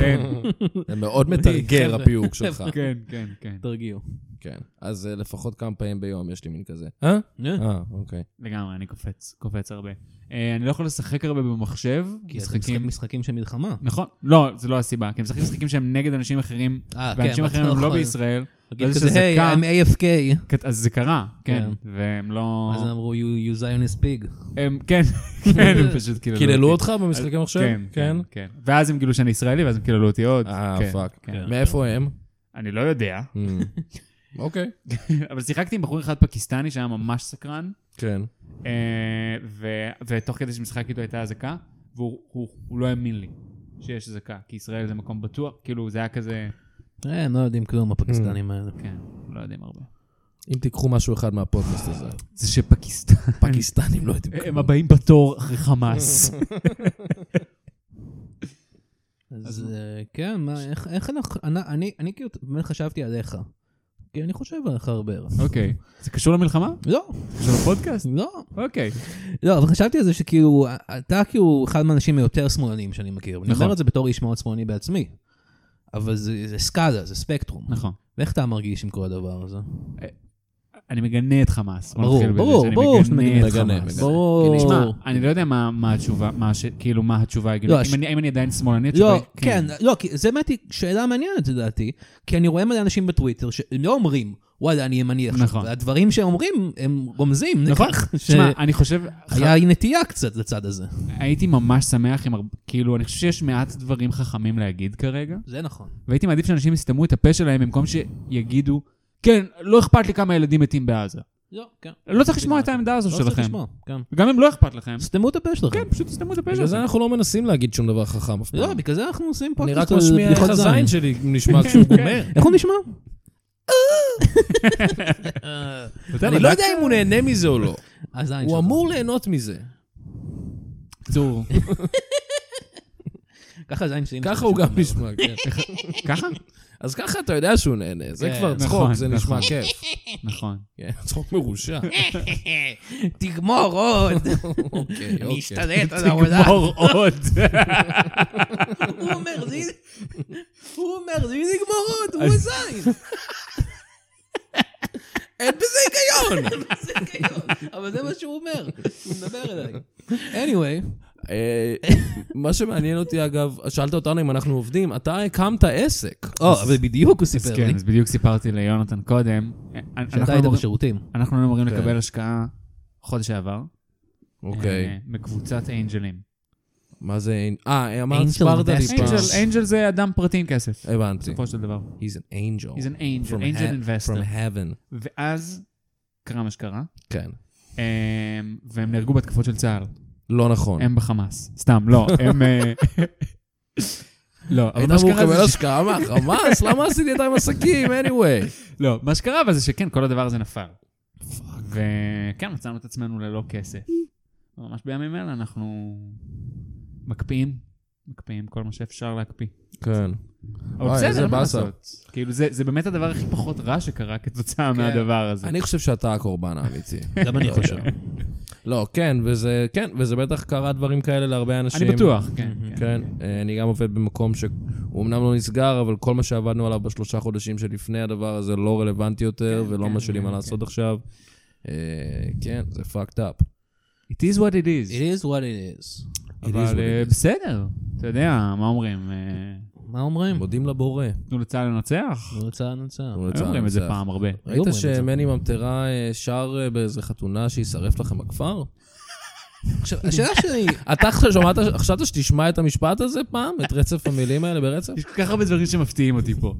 כן, זה מאוד מתרגר חבר'ה. הפיוק שלך. כן, כן, כן. תרגיעו. כן. אז אה, לפחות כמה פעמים ביום יש לי מין כזה. אה? כן. אה, אוקיי. לגמרי, אני קופץ, קופץ הרבה. אה, אני לא יכול לשחק הרבה במחשב, כי כי אתם משחקים משחקים... משחקים של מלחמה. נכון, לא, זו לא הסיבה, כי הם משחקים משחקים שהם נגד אנשים אחרים, אה, כן, ואנשים אבל אחרים אתה הם לא לא יכול. בישראל, נגיד ואז יש כזה, היי, אזעקה. I'm AFK. כת- אז זה קרה, כן, כן. והם לא... אז הם אמרו, you you Zionist pig. הם, כן, כן, הם פשוט קיללו אותי. קיללו אותך במשחקי מחשב? כן, כן, כן. ואז הם גילו שאני ישראלי, ואז הם קיללו אותי עוד. אה, כן, פאק. כן. כן. מאיפה הם? אני לא יודע, אמ, אוקיי. אבל שיחקתי עם בחור אחד פקיסטני שהיה ממש סקרן, כן. אה, ו- ותוך כדי שמשחק איתו הייתה אזעקה, והוא הוא- הוא לא האמין לי שיש אזעקה, כי ישראל זה מקום בטוח, כאילו זה היה כזה, אה, הם לא יודעים כלום, הפקיסטנים האלה. כן, לא יודעים הרבה. אם תיקחו משהו אחד מהפודקאסט הזה. זה שפקיסטן, פקיסטנים לא יודעים הם כלום. הבאים בתור אחרי חמאס. אז אה, כן, מה, איך- איך אנחנו... אני- אני- אני כאילו באמת חשבתי עליך. כי אני חושב עליך הרבה. ארז. אוקיי. זה קשור למלחמה? לא, זה לפודקאסט? לא. אוקיי. לא, אבל חשבתי על זה שכאילו, אתה כאילו אחד מהאנשים היותר שמאלנים שאני מכיר. אני נכון. אומר את זה בתור איש מאוד שמאלני בעצמי. אבל זה זה סקאלה, זה ספקטרום. נכון. ואיך אתה מרגיש עם כל הדבר הזה? אני מגנה את חמאס. בוא ברור, נתחיל בזה ברור, שאני ברור שאתה מגנה את מגנה, חמאס. מגנה. ברור. תשמע, אני לא יודע מה מה התשובה, מה ש- כאילו, מה התשובה לא, הגנית. הש- אם אני- אם אני עדיין שמאלני, התשובה לא, היא כן, לא, כי זה באמת שאלה מעניינת לדעתי, כי אני רואה מלא אנשים בטוויטר שלא אומרים, וואלה, אני ימני עכשיו. נכון. הדברים שהם אומרים, הם רומזים. נכון. לכך תשמע, אני חושב, שהיה נטייה קצת לצד הזה. הייתי ממש שמח אם, הרבה- כאילו, אני חושב שיש מעט דברים חכמים להגיד כרגע, זה נכון. והייתי מעדיף שאנשים יסתמו את הפה שלהם במקום שיגידו, כן, לא אכפת לי כמה ילדים מתים בעזה. לא, כן. לא צריך לשמוע את העמדה הזו לא צריך שלכם. לשמוע, כן. וגם אם לא אכפת לכם, סתמו את הפה שלכם. כן, פשוט תסתמו את הפה בגלל זה שלכם. אנחנו לא מנסים להגיד שום דבר חכם אף לא, פעם. בגלל זה אנחנו עושים אני רק פודקאסט על משמיע בדיחות איך הזין זין. שלי נשמע כן. כשהוא גומר. איך הוא נשמע? אני לא יודע אם הוא נהנה מזה או לא. הזין הוא שלך. אמור ליהנות מזה. בקיצור, ככה הזין שלי. ככה הוא גם נשמע, כן. ככה? אז ככה אתה יודע שהוא נהנה, זה כן, כבר צחוק, נכון, זה נשמע נכון. כיף. נכון. כן, צחוק מרושע. תגמור עוד. אוקיי, אני אוקיי. אשתלט על העולם. אור עוד. הוא אומר, זה... הוא אומר, זה נגמור עוד, הוא הזין. אין בזה היגיון! זה היגיון, אבל זה מה שהוא אומר. הוא מדבר אליי. anyway, אה, מה שמעניין אותי, אגב, שאלת אותנו אם אנחנו עובדים, אתה הקמת עסק. או, אבל בדיוק הוא סיפר אז לי, כן, אז בדיוק סיפרתי ליונתן קודם. שאתה אנחנו היית אמורים- בשירותים. אנחנו היינו אמורים כן. לקבל השקעה חודש שעבר. אה, אוקיי. מקבוצת אינג'לים. מה זה... אין- אה, אמרת Angel הסברת לי investors. פעם. אינג'ל, אינג'ל זה אדם פרטי עם כסף, הבנתי. בסופו של דבר. He's an angel. He's an angel, From angel he- investor. From heaven. ואז קרה מה שקרה, כן. אה, והם נהרגו בהתקפות של צה"ל. לא נכון. הם בחמאס. סתם, לא, הם... אה, לא, אבל היית מה אמור שקרה לקבל זה ש... השקעה מהחמאס? למה עשיתי איתם עסקים? anyway. לא, מה שקרה אבל זה שכן, כל הדבר הזה נפל. וכן, מצאנו את עצמנו ללא כסף. ממש בימים אלה אנחנו מקפיאים, מקפיאים כל מה שאפשר להקפיא. כן. אבל וואי, איזה בסדר, אין מה באסה. לעשות. כאילו, זה זה באמת הדבר הכי פחות רע שקרה כתוצאה מהדבר הזה. כן. אני חושב שאתה הקורבן האמיתי. גם אני חושב. לא, כן, וזה, כן, וזה בטח קרה דברים כאלה להרבה אנשים. אני בטוח, כן. כן. כן, אה, אני גם עובד במקום שהוא אמנם לא נסגר, אבל כל מה שעבדנו עליו בשלושה חודשים שלפני הדבר הזה לא רלוונטי יותר, ולא כן, מה שלי כן, מה כן. לעשות עכשיו. אה, כן, זה fucked up. It is what it It is. is what it is. is what אבל אה, it is. בסדר, אתה יודע, מה אומרים? אה, מה אומרים? מודים לבורא. תנו לצה"ל לנצח? הוא יצא נצא. הוא היו לצה"ל אומרים את זה ניצח. פעם הרבה. היו ראית אומרים את זה. שמני ממטרה אה, שר אה, באיזה חתונה שישרף לכם בכפר? עכשיו, השאלה שלי, אתה עכשיו שמעת, חשבת שתשמע את המשפט הזה פעם? את רצף המילים האלה ברצף? יש כל כך הרבה דברים שמפתיעים אותי פה.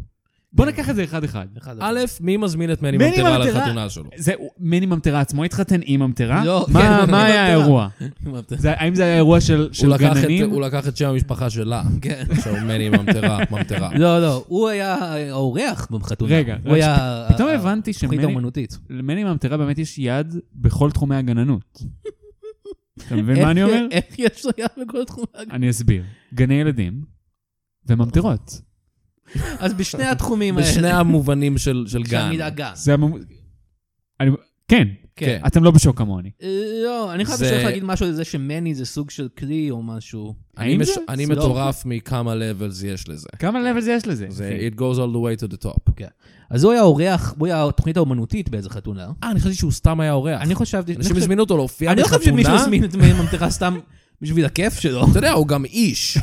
בוא ניקח את זה אחד-אחד. א', מי מזמין את מני מני ממטרה ממטרה. לחתונה שלו? זה הוא- מני ממטרה עצמו התחתן עם ממטרה? לא, מה- כן, מני מה היה ממטרה. האירוע? זה- האם זה היה אירוע של של הוא לקח את- גננים? הוא לקח את שם המשפחה שלה. כן. עכשיו מני ממטרה, ממטרה. לא, לא, הוא היה האורח בחתונה. רגע, הוא היה... פתאום ה- הבנתי התוכנית שמני- האומנותית. למני ממטרה באמת יש יד בכל תחומי הגננות. אתה מבין מה אני איך- אומר? איך יש לו יד בכל תחומי הגן? אני אסביר. גני ילדים וממטרות. אז בשני התחומים האלה. בשני המובנים של של של גן. המילה גן. זה הממ... אני... כן, כן. אתם לא בשוק כמוני. אה, לא, אני חייב זה- לשאול להגיד משהו על זה שמני זה סוג של כלי או משהו. אני האם מש- זה? אני זה לא- מטורף מכמה levels יש לזה. כמה לב יש לזה? זה it goes all the way to the top. אז הוא היה אורח, הוא היה התוכנית האומנותית באיזה חתונה. אה, אני חשבתי שהוא סתם היה אורח. אני חשבתי... אני אנשים חושב- הזמינו אותו להופיע אני לא חושב בחתונה. שמישהו הזמין את מני ממטרה סתם בשביל הכיף שלו. אתה יודע, הוא גם איש.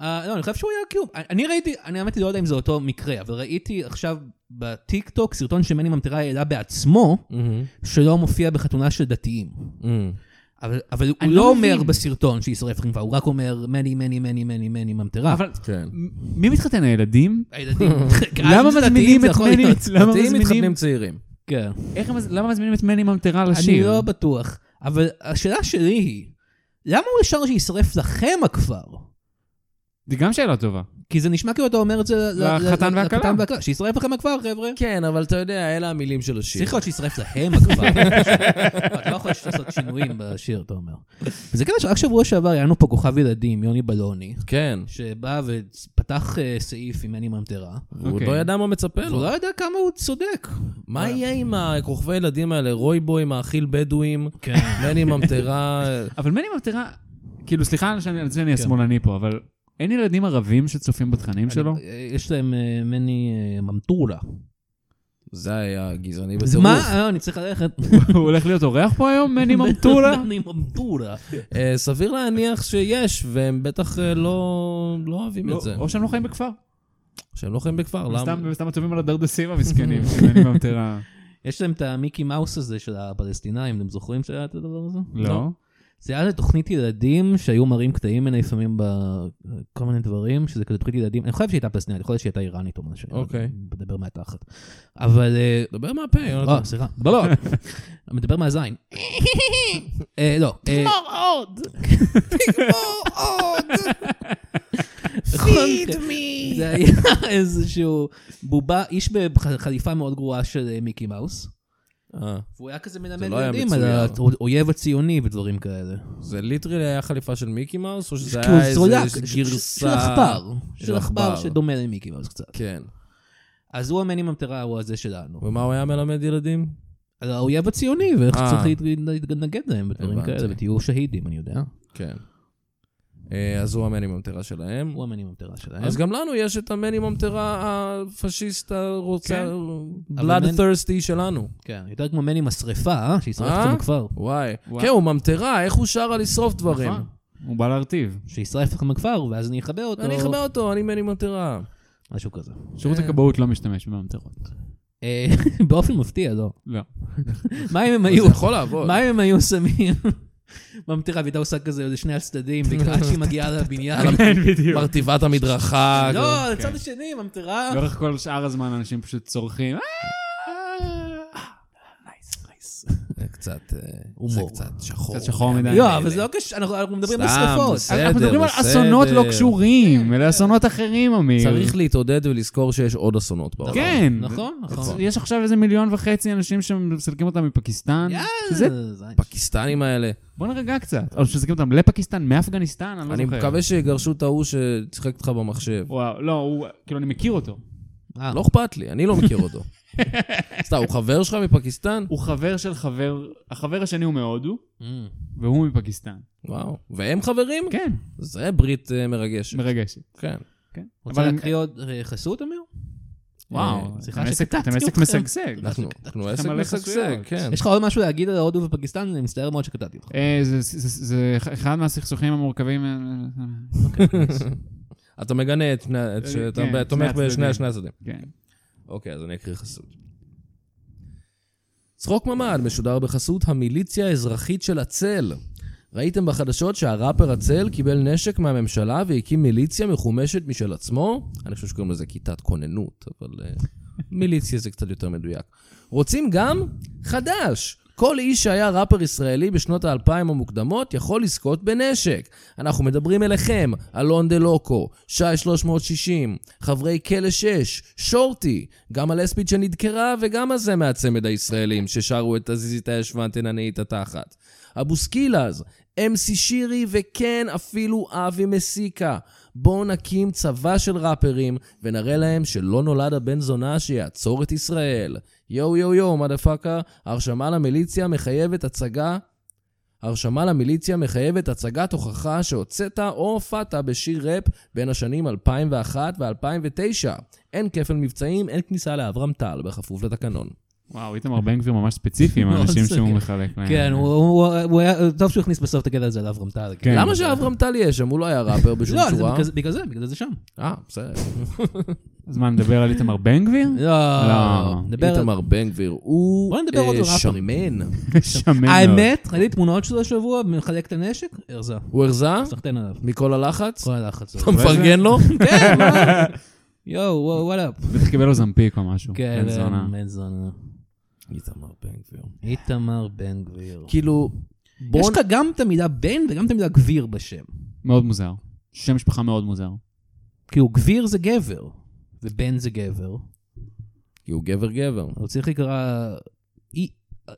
אה, לא, אני חושב שהוא היה קיום. אני ראיתי, אני האמת לא יודע אם זה אותו מקרה, אבל ראיתי עכשיו בטיקטוק סרטון שמני ממטרה העלה בעצמו, שלא מופיע בחתונה של דתיים. אבל, אבל הוא אני לא לא אומר מבין. בסרטון שישרף חיפה, הוא רק אומר מני, מני, מני, מני, מני ממטרה. אבל כן. מ- מי מתחתן? הילדים? הילדים, אז למה זה דתיים, מזמינים זה את יכול מני? להיות. למה דתיים מזמינים- מתחתנים צעירים. כן. איך הם- למה מזמינים את מני ממטרה אני לשיר? לא בטוח. אבל השאלה שלי היא, למה הוא ישר שישרף לכם הכפר? זו גם שאלה טובה. כי זה נשמע כאילו אתה אומר את זה ל- ל- לחתן ל- והכלה. לחתן והכלה. שישרף לכם הכפר, חבר'ה. כן, אבל אתה יודע, אלה המילים של השיר. צריך להיות שישרף להם הכפר. אתה לא יכול לעשות שינויים בשיר, אתה אומר. וזה כאילו שרק שבוע שעבר היה לנו פה כוכב ילדים, יוני בלוני, כן. שבא ופתח אה, סעיף עם מני ממטרה. הוא אוקיי. לא ידע מה מצפה לו. אה. והוא לא יודע כמה הוא צודק. מה יהיה עם הכוכבי ילדים האלה? רוי בוי, האכיל בדואים, כן. מני ממטרה. אבל מני ממטרה, כאילו, סליחה על שאני- על זה שאני כן. השמאלני פה, אבל אין ילדים ערבים שצופים בתכנים שלו? יש להם אה, מני אה, ממטולה. זה היה גזעני אז בטירוף. מה? אה, אני צריך ללכת. הוא הולך להיות אורח פה היום, מני ממטולה? מני ממטולה. אה, סביר להניח שיש, והם בטח אה, לא לא אוהבים את זה. או שהם לא חיים בכפר. שהם לא חיים בכפר, הם למה? סתם- הם סתם עצובים על הדרדסים המסכנים של מני ממטרה. יש להם את המיקי מאוס הזה של הפלסטינאים, אתם זוכרים שהיה את הדבר הזה? לא? זה היה לתוכנית ילדים שהיו מראים קטעים ממנה לפעמים בכל מיני דברים, שזה כזה תוכנית ילדים, אני חושב שהיא הייתה פלסטינית, יכול להיות שהיא הייתה איראנית או משהו, אני אוקיי. מדבר מהתחת. אבל... אה, דבר מהפה, אה, יונתן. סליחה, בלון. מדבר מהזין. אה, לא. תגמור עוד. תגמור עוד. פיד מי. זה היה איזשהו בובה, איש בחליפה מאוד גרועה של אה, מיקי מאוס. אה, והוא היה כזה מלמד זה לא היה ילדים על מצויר. האויב הציוני ודברים כאלה. זה ליטרלי היה חליפה של מיקי מאוס, או שזה כי הוא היה איזה זולק, ש- גרסה... של עכבר, של של עכבר עכבר. שדומה למיקי מאוס קצת. כן. אז הוא המני ממטרה, הוא הזה שלנו. ומה הוא היה מלמד ילדים? על האויב הציוני, ואיך אה. צריך להת- להתנגד להם בדברים הבנתי. כאלה, ותהיו שהידים, אני יודע. כן. אה, אז הוא המינימום טרה שלהם. הוא המנימום טרה שלהם. אז גם לנו יש את המינימום טרה הפשיסט הרוצה, כן. אבל בלאד מנ- ת'רסטי שלנו. כן, יותר כמו מני משרפה, אה? שישרף אה? אותנו כבר. וואי. וואי. כן, הוא ממטרה, איך הוא שר על לשרוף דברים? נכון. הוא בא להרטיב. שישרף אותך בכפר, ואז אני אחבר אותו. אני אחבר אותו, אני מינימום טרה. משהו כזה. שירות אה. הכבאות לא משתמש בממטרות. אה, באופן מפתיע, לא. לא. מה אם הם זה היו... יכול לעבוד. מה אם הם היו שמים ממטרה והייתה עושה כזה לשני הצדדים, בעיקר עד שהיא מגיעה לבניין? כן, בדיוק. מרטיבת המדרכה. לא, לצד השני, ממטרה. לא לאורך כל שאר הזמן אנשים פשוט "אה!" צורכים. "אה, זה קצת... אה, הומור. זה קצת שחור. כן. קצת שחור מדי. לא, אבל זה לא קשור, אנחנו אנחנו מדברים סתם, על שרפות. בסדר. אנחנו מדברים על אסונות בסדר. לא קשורים, אלה אסונות אחרים, אמיר. צריך להתעודד ולזכור שיש עוד אסונות בעולם. כן. נכון, נכון. יש עכשיו איזה מיליון וחצי אנשים שמסלקים אותם מפקיסטן. שזה- יאללה, זין. הפקיסטנים האלה. בוא נרגע קצת. או שמסלקים אותם לפקיסטן, מאפגניסטן, אני לא אני זוכר. מקווה שיגרשו את ההוא ששיחק איתך במחשב. וואו, לא, הוא, כאילו, אני מכיר אותו. אה, לא אכפת לי, אני לא מכיר אותו. סתם, הוא חבר שלך מפקיסטן? הוא חבר של חבר, החבר השני הוא מהודו, אמ. והוא מפקיסטן. וואו. והם חברים? כן, זה ברית אה, מרגשת. מרגשת. כן. כן. רוצה אבל- להקריא עוד אה, חסות, אמיר? וואו, סליחה אתם עסק- שקטעתי אתם עסק אתכם. משגשג. אנחנו אנחנו עסק מלא משגשג, חסויות. כן. יש לך עוד משהו להגיד על הודו ופקיסטן? אני מצטער מאוד שקטעתי אותך. אה, זה- זה זה אחד מהסכסוכים המורכבים. אה, אה, אתה מגנה את שני... את ש- אה, אתה כן, שני תומך בשני הצדדים. שני הצדדים. כן. אוקיי, אז אני אקריא חסות. צחוק ממ"ד משודר בחסות המיליציה האזרחית של הצל. ראיתם בחדשות שהראפר הצל קיבל נשק מהממשלה והקים מיליציה מחומשת משל עצמו? אני חושב שקוראים לזה כיתת כוננות, אבל אה, מיליציה זה קצת יותר מדויק. רוצים גם? חדש! כל איש שהיה ראפר ישראלי בשנות האלפיים המוקדמות יכול לזכות בנשק. אנחנו מדברים אליכם, אלון דה לוקו, שי 360, חברי כלא 6, שורטי, גם על אספיד שנדקרה וגם על זה מהצמד הישראלים ששרו את הזיזית הישבן תנענית התחת. אבוסקילאז, אמסי שירי וכן אפילו אבי מסיקה. בואו נקים צבא של ראפרים ונראה להם שלא נולד הבן זונה שיעצור את ישראל. יואו יואו יואו, מה דפאקה? הרשמה למיליציה מחייבת הצגה הרשמה למיליציה מחייבת הצגת הוכחה שהוצאת או הופעת בשיר ראפ בין השנים 2001 ו-2009. אין כפל מבצעים, אין כניסה לאברהם טל, בכפוף לתקנון. וואו, איתמר בן גביר ממש ספציפי עם האנשים מאוד שהוא סביר. מחלק אה. להם. כן, הוא- הוא הוא היה... טוב שהוא הכניס בסוף את הקטע הזה על אברהם טל. כן. למה שאברהם טל יהיה שם? הוא לא היה ראפר בשום לא, זה צורה. בגלל זה- בגלל זה, בגלל זה שם. אה, בסדר. אז מה, נדבר על איתמר בן גביר? לא, לא. נדבר על... איתמר בן גביר, הוא בוא נדבר עוד אה, על ראפרים. שמן. שמן מאוד. האמת, ראיתי תמונות שלו השבוע, מחלק את הנשק, הרזה. הוא הרזה? סחטיין עליו. מכל הלחץ? כל הלחץ הזה. אתה מפרגן לו? כן, מה? יואו, וואו, וואלה. בטח קיבל לו זמפיק או משהו. כן, בן זונה. בן זונה. איתמר לא. בן גביר. איתמר בן גביר. כאילו, יש בוא... לך גם את המילה בן וגם את המילה גביר בשם. מאוד מוזר. שם משפחה מאוד מוזר. כאילו, גביר זה גבר, ובן זה גבר. כי הוא גבר גבר. הוא צריך לקרוא אי-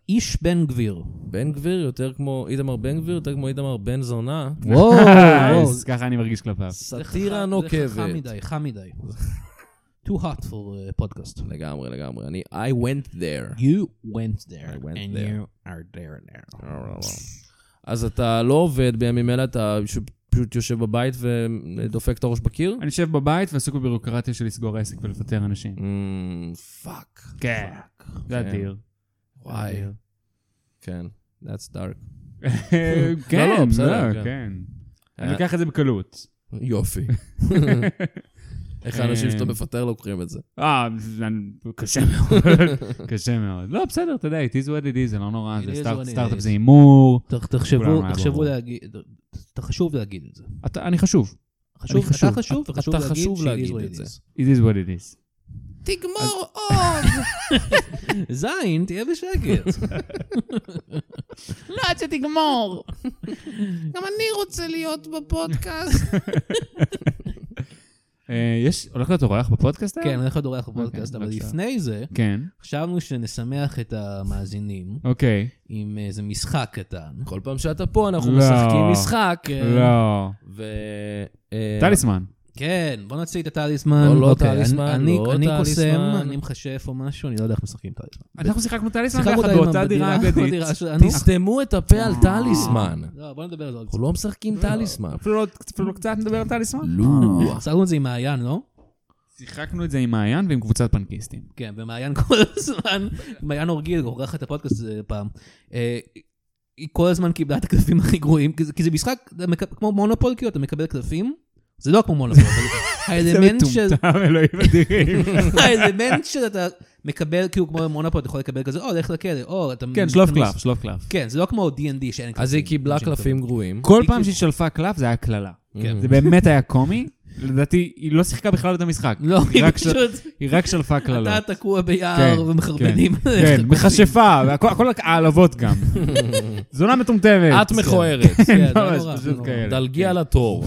איש בן גביר. בן גביר יותר כמו איתמר בן גביר, יותר כמו איתמר בן זונה. וואו, וואו. אז ככה אני מרגיש כלפיו. סאטירה זה חם נוקבת. מדי, חם מדי. too hot for פודקאסט. לגמרי, לגמרי. אני, I went there. You went there, I went and there. Oh, you are there now. אז אתה לא עובד בימים אלה, אתה ש- פשוט יושב בבית ודופק את הראש בקיר? אני יושב בבית ועסוק בבירוקרטיה של לסגור עסק ולפטר אנשים. אמ, פאק. כן. זה כן. אדיר. וואי. כן. That's dark. כן, לא, לא, בסדר, לא, כן. כן. אני אה. לוקח את זה בקלות. יופי. איך האנשים שאתה מפטר לוקחים את זה? אה, זה- אני- קשה מאוד. קשה מאוד. לא, בסדר, אתה יודע, it is what it is, זה לא נורא, It זה is סטארט- what it סטארט-אפ is. זה הימור. ת- תחשבו, כולם היה תחשבו ברור. להגיד, ת- חשוב להגיד את זה. אתה- אני חשוב. חשוב, חשוב. אתה חשוב, וחשוב אתה להגיד חשוב ש- it is להגיד what את it זה. is. it is what it is. תגמור עוד! זין, תהיה בשקט. לא, עד שתגמור. גם אני רוצה להיות בפודקאסט. אה, יש, הולך להיות אורח בפודקאסט כן, היום? הולך להיות אורח בפודקאסט, אבל בבקשה. לפני זה, כן. חשבנו שנשמח את המאזינים אוקיי. עם איזה משחק קטן. כל פעם שאתה פה אנחנו לא. משחקים משחק. לא. ו... אה, טליסמן. כן, בוא נוציא את הטליסמן. לא, לא אוקיי, טליסמן, אני- לא אני טליסמן. קוסם, אני מכשף או משהו, אני לא יודע איך משחקים טליסמן. אנחנו שיחקנו טליסמן שיחקנו ביחד טליסמן באותה דירה בדירה, אגדית. בדירה שלנו. תסתמו את הפה אה. על טליסמן. לא, בוא נדבר על זה עוד אנחנו לא משחקים טליסמן. אפילו לא- אפילו לא קצת נדבר על טליסמן. לא. קצת. עשינו את זה עם מעיין, לא? שיחקנו את זה עם מעיין ועם קבוצת פנקיסטים. כן, ומעיין כל הזמן, מעיין אורגיל, אורחת את הפודקאסט הזה פעם. אה, היא כל הזמן קיבלה את הקלפים הכי גרועים, כי זה- כי זה משחק אתה מקב- כמו מונופול, כאילו, אתה מקבל קלפים, זה לא כמו מונופול, אבל האלמנט של... מטומטם, אלוהים אדירים. האלמנט שאתה מקבל, כאילו כמו מונופול, אתה יכול לקבל כזה, או, לך לכלא, או, אתה... כן, שלוף אתה מס- קלף, שלוף קלף. כן, זה לא כמו D&D שאין קלפים. אז היא קיבלה אנשים קלפים גרועים. כל פעם שהיא שלפה קלף זה היה קללה. כן. זה באמת היה קומי. לדעתי, היא לא שיחקה בכלל את המשחק. לא, היא היא רק של- פשוט, היא רק שלפה אתה קללות. תקוע כן, ביער כן, ומחרבנים. עליך כן, קלפים. מכשפה, והכל- הכל העלבות גם. זונה מטומטמת. את מכוערת. כן, זה היה ממש, נורא. לא, פשוט כאלה. דלגי על התור.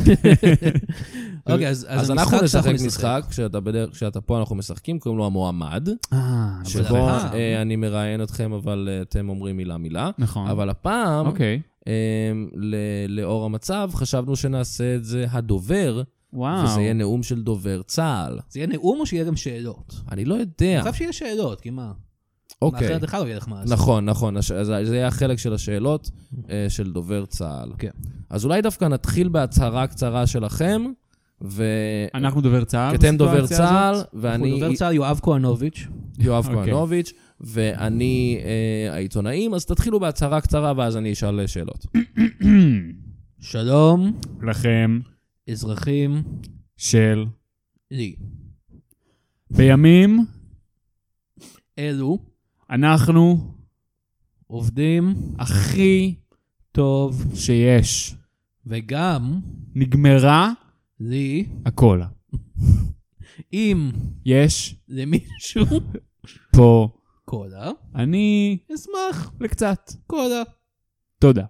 אוקיי, אז אז המשחק אנחנו שאנחנו נשחק משחק, כשאתה בדרך- כשאתה פה אנחנו משחקים, קוראים לו המועמד, אה, אבל שבו הפעם- אה. אה, אני מראיין אתכם, אבל אה, אתם אומרים מילה מילה. נכון. אבל הפעם, אוקיי. אה, ל- לאור המצב, חשבנו שנעשה את זה הדובר, אה. וואו. וזה יהיה נאום של דובר צה"ל. זה יהיה נאום או שיהיה גם שאלות? אני לא יודע. עכשיו שיהיה שאלות, כי מה? מה אוקיי. אחרת לך לא יהיה לך מה לעשות. נכון, נכון, הש- אז זה יהיה החלק של השאלות אה, של דובר צה"ל. כן. אז אולי דווקא נתחיל בהצהרה קצרה שלכם, ו... אנחנו דובר צה"ל? כי אתם דובר בסיטואציה צה"ל, הזאת? אני... ואני דובר צה"ל יואב כהנוביץ'. יואב אוקיי. כהנוביץ', ואני אה, העיתונאים, אז תתחילו בהצהרה קצרה ואז אני אשאל אה, שאלות. שלום, לכם אזרחים, של לי. בימים אלו אנחנו עובדים הכי טוב, שיש. וגם נגמרה לי, הקולה. אם יש למישהו פה. קולה, אני אשמח לקצת. קולה. תודה.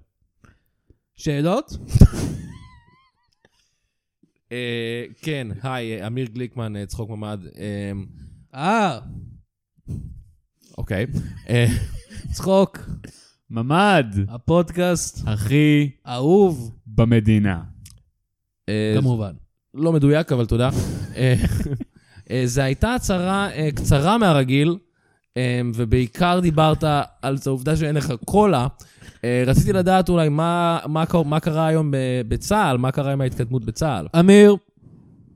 שאלות? אה, כן, היי, אה, אמיר גליקמן, אה, צחוק ממ"ד. אה, אה, אוקיי. אה, צחוק, ממ"ד הפודקאסט, הכי אהוב, במדינה. אה, כמובן. לא מדויק, אבל תודה. אה, אה, זו הייתה הצהרה אה, קצרה מהרגיל, אה, ובעיקר דיברת על זה העובדה שאין לך קולה. אה, רציתי לדעת אולי מה, מה, קרה- מה קרה היום ב- בצה"ל, מה קרה עם ההתקדמות בצה"ל. אמיר,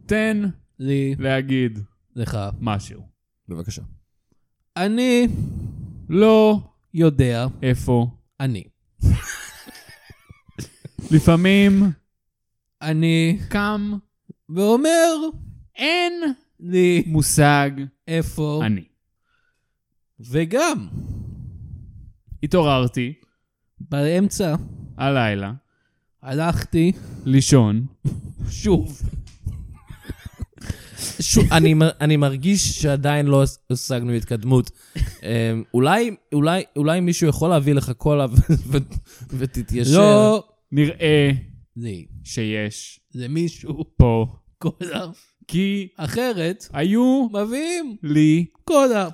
תן לי, להגיד לך. משהו. בבקשה. אני לא יודע, איפה. אני. לפעמים אני קם ואומר אין לי מושג איפה, אני. וגם התעוררתי באמצע הלילה הלכתי לישון. שוב. שוב, אני, מ- אני מרגיש שעדיין לא הש- השגנו התקדמות. אה, אולי, אולי, אולי מישהו יכול להביא לך קולה ו- ו- ותתיישר. לא נראה לי, שיש למישהו פה. קולה כי אחרת, היו מביאים לי קולה.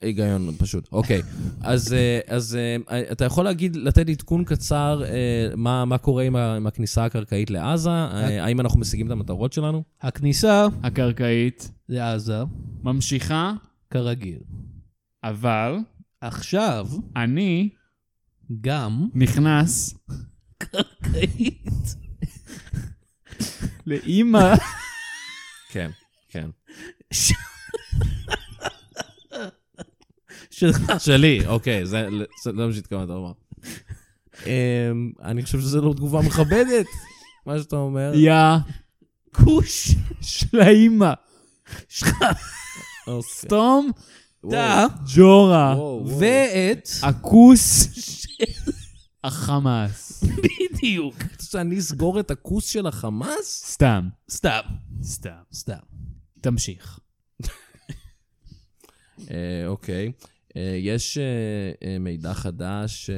היגיון פשוט. אוקיי, אז, אה, אז אה, אתה יכול להגיד, לתת עדכון קצר, אה, מה, מה קורה עם, ה, עם הכניסה הקרקעית לעזה? אה, האם אנחנו משיגים את המטרות שלנו? הכניסה הקרקעית לעזה, ממשיכה, כרגיל. אבל עכשיו, אני גם נכנס קרקעית לאימא כן, כן. שלך. שלי, אוקיי, זה זה לא מה שהתכוונת לומר. אה, אני חושב שזו לא תגובה מכבדת, מה שאתה אומר. יא כוש של האימא, שלך. אוקיי. סתום וואו, ג'ורה, וואו, וואו. ואת... הכוס החמאס. בדיוק. אתה רוצה שאני אסגור את הכוס של החמאס? סתם, סתם. סתם. סתם. תמשיך. אה, אוקיי. אה, יש אה, אה, מידע חדש אה,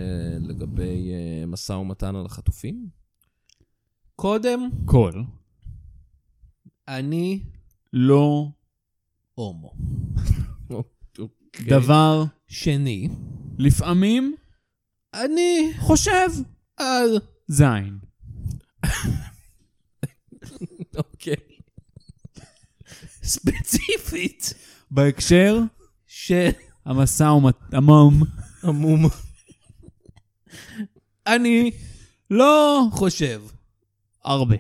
לגבי אה, משא ומתן על החטופים? קודם, כל. אני לא הומו. דבר. שני, לפעמים אני חושב על זין. אוקיי. ספציפית בהקשר, של המשא ומתן, המום. עמום. אני לא חושב, הרבה.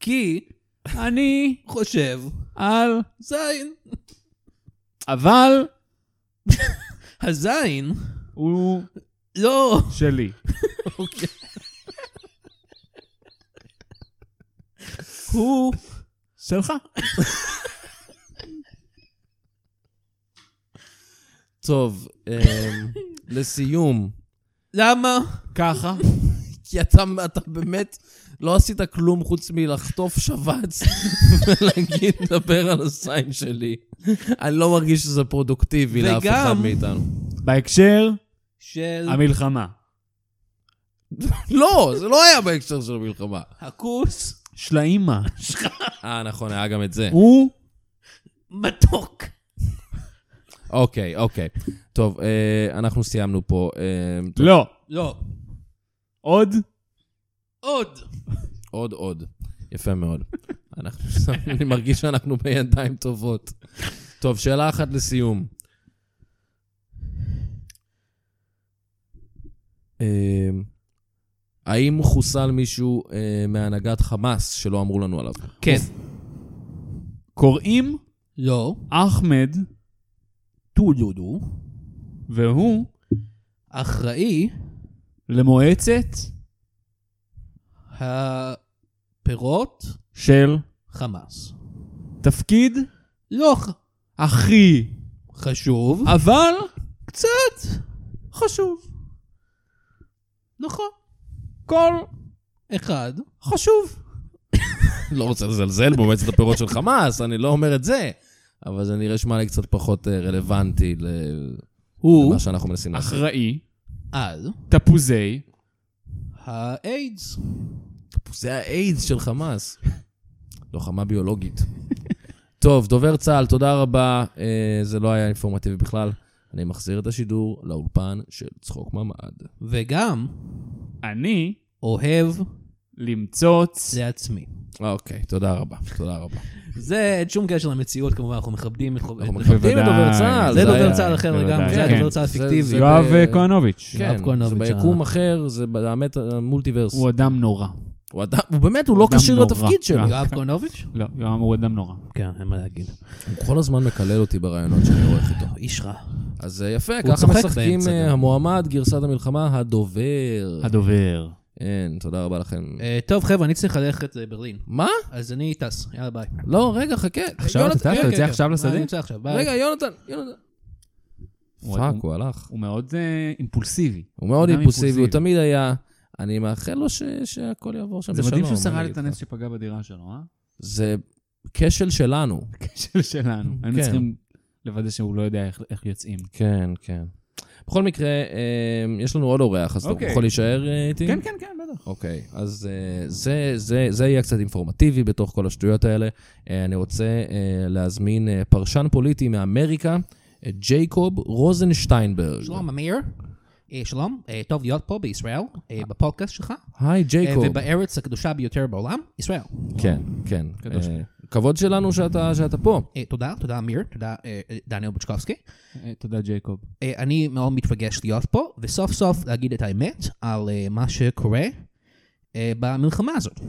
כי אני חושב, על, זין. אבל הזין הוא לא שלי. הוא שלך. טוב, אמ, לסיום, למה ככה. כי אתה אתה באמת לא עשית כלום חוץ מלחטוף שבץ ולהגיד, דבר על הסיין שלי. אני לא מרגיש שזה פרודוקטיבי לאף אחד וגם- מאיתנו. בהקשר, של המלחמה. לא, זה לא היה בהקשר של המלחמה. הכוס של האימא. אה, נכון, היה גם את זה. הוא מתוק. אוקיי, אוקיי. טוב, אה, אנחנו סיימנו פה. אה, טוב, לא. לא. עוד עוד. עוד עוד. יפה מאוד. אנחנו- אני מרגיש שאנחנו בידיים טובות. טוב, שאלה אחת לסיום. אה, האם חוסל מישהו אה, מהנהגת חמאס שלא אמרו לנו עליו? כן. קוראים לא. אחמד, טו דודו. והוא אחראי למועצת הפירות של חמאס. תפקיד לא ח- הכי, חשוב. אבל נכון. קצת. חשוב. נכון. כל אחד. חשוב. לא רוצה לזלזל במועצת הפירות של חמאס, אני לא אומר את זה, אבל זה נראה שמע לי קצת פחות אה, רלוונטי ל- הוא למה שאנחנו מנסים לעשות. אחראי, על תפוזי, האיידס. זה האיידס של חמאס. לוחמה ביולוגית. טוב, דובר צה"ל, תודה רבה. אה, זה לא היה אינפורמטיבי בכלל. אני מחזיר את השידור לאולפן של צחוק ממ"ד. וגם אני אוהב למצוץ. לעצמי. אוקיי, תודה רבה. תודה רבה. זה אין שום קשר למציאות, כמובן, אנחנו מכבדים את חוב- את מכבדים את בוודאי. דובר צה"ל. זה זה דובר היה- צה"ל אחר בוודאי. לגמרי, זה כן. היה דובר צה"ל זה- פיקטיבי. זה- יואב ב- אה, כהנוביץ'. כן, יואב כהנוביץ', זה ביקום אחר, זה באמת המולטיברס. הוא אדם נורא. הוא אדם- הוא באמת, הוא לא אדם כשיר נורא. לתפקיד שלו. יואב כהנוביץ'? לא, יואב הוא אדם נורא. כן, אין מה להגיד. הוא כל הזמן מקלל אותי ברעיונות שאני עורך איתו. איש רע. אז אה, יפה, הוא ככה צוחק משחקים באמצע אה, גם. המועמד, גרסת המלחמה, הדובר. הדובר. אין, תודה רבה לכם. אה, טוב, חבר'ה, אני צריך ללכת לברלין. מה? אז אני טס, יאללה ביי. כן, לא, רגע, חכה. עכשיו יונתן- אתה טס? רגע, אתה יוצא רגע. עכשיו מה, אני לשדה? נמצא עכשיו, ביי. רגע, יונתן, יונתן. הוא- פאק, הוא- הוא הלך. הוא מאוד אה, אימפולסיבי. הוא מאוד אדם אימפולסיבי, הוא אימפולסיבי. תמיד היה. אני מאחל לו ש- שהכל יעבור שם זה בשלום. מדהים שהוא מה שרד אני את אגיד הנס לך? שפגע בדירה שלו, אה? זה כשל שלנו. של שלנו. היינו כן. צריכים לוודא שהוא לא יודע איך- איך יוצאים. כן, כן. בכל מקרה, אה, יש לנו עוד אורח, אז אתה אוקיי. יכול להישאר אה, איתי? כן, כן, כן, בטח. אוקיי, אז אה, זה, זה, זה יהיה קצת אינפורמטיבי בתוך כל השטויות האלה. אה, אני רוצה אה, להזמין אה, פרשן פוליטי מאמריקה, אה, ג'ייקוב רוזנשטיינברג. שלום, אמיר. אה, שלום, אה, טוב להיות פה בישראל, אה, בפודקאסט שלך, היי, אה, ג'ייקוב. ובארץ הקדושה ביותר בעולם, ישראל. כן, כן. קדוש. אה, כבוד שלנו שאתה, שאתה פה. אה, תודה, תודה אמיר, תודה אה, אה, דניאל בוצ'קובסקי. אה, תודה, ג'ייקוב. אה, אני מאוד מתרגש להיות פה, וסוף סוף להגיד את האמת על אה, מה שקורה אה, במלחמה הזאת.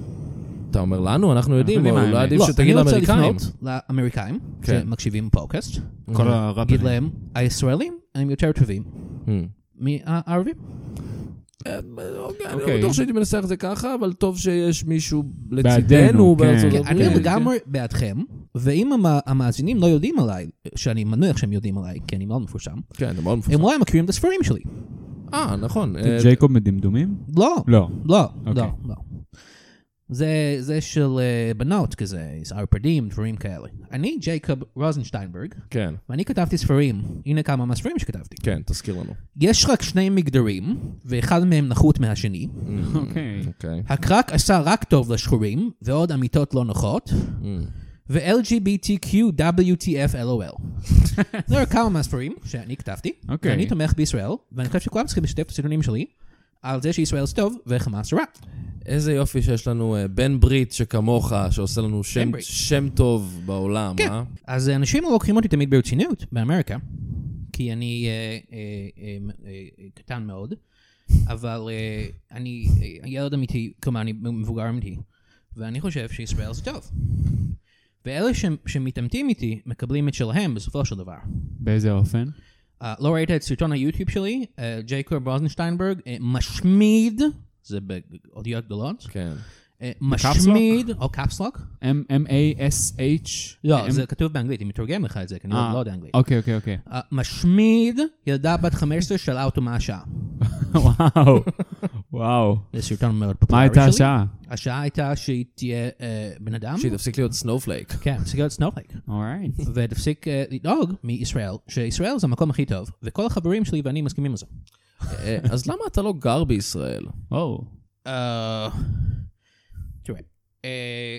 אתה אומר לנו, אנחנו יודעים, יודעים אבל מה אולי האמת. עדיף לא, שתגיד אני לאמריקאים. רוצה לפנות לאמריקאים כן. שמקשיבים פודקאסט, כל להגיד הראפרים. להם, הישראלים הם יותר טובים אה, מהערבים. אוקיי, אני לא אוקיי. בטוח שהייתי מנסח את זה ככה, אבל טוב שיש מישהו בעדנו, לצידנו כן. בארצות כן, הברית. אני אוקיי. לגמרי בעדכם, ואם המ- המאזינים לא יודעים עליי, שאני מניח שהם יודעים עליי, כי אני מאוד מפורסם, כן, זה מאוד מפורסם. הם אולי מכירים את הספרים שלי. אה, נכון. אה, ג'ייקוב מדמדומים? לא, לא. לא, אוקיי. לא, לא. זה, זה של אה, בנות כזה, זה ערפדים, דברים כאלה. אני ג'ייקוב רוזנשטיינברג, כן, ואני כתבתי ספרים, הנה כמה מהספרים שכתבתי. כן, תזכיר לנו. יש רק שני מגדרים, ואחד מהם נחות מהשני. אוקיי. אוקיי. הקרק עשה רק טוב לשחורים, ועוד אמיתות לא נוחות, אה. ו-LGBTQWTFLOL. זה רק כמה מהספרים שאני כתבתי, אוקיי. ואני תומך בישראל, ואני חושב שכולם צריכים לשתף את הסרטונים שלי על זה שישראל זה טוב וחמאס זה רע. איזה יופי שיש לנו אה, בן ברית שכמוך, שעושה לנו שם- בן ברית. שם טוב בעולם, כן. אה? אז אנשים לא לוקחים אותי תמיד ברצינות באמריקה, כי אני אה, אה, אה, אה, קטן מאוד, אבל אה, אני אה, ילד אמיתי, כלומר אני מבוגר אמיתי, ואני חושב שישראל זה טוב. ואלה ש, שמתעמתים איתי מקבלים את שלהם בסופו של דבר. באיזה אופן? אה, לא ראית את סרטון היוטיוב שלי, אה, ג'ייקוב רוזנשטיינברג אה, משמיד, זה באותיות גדולות, כן. אה, בקאפס משמיד, או קאפסלוק, M-A-S-H? לא, זה כתוב באנגלית, אני מתרגם לך את זה, כי אני לא- לא יודע אנגלית. אוקיי, אוקיי, אוקיי. אה, משמיד ילדה בת 15 שאלה אותו מה השעה. וואו, וואו. זה סרטון מאוד פופולרי שלי. מה הייתה השעה? השעה הייתה שהיא תהיה אה, בן אדם. שהיא תפסיק להיות סנופלייק. כן, תפסיק להיות סנופלייק. אורייט. ותפסיק אה, לדאוג מישראל, שישראל זה המקום הכי טוב, וכל החברים שלי ואני מסכימים לזה. אה, אז למה אתה לא גר בישראל? וואו. אה, תראה, אה,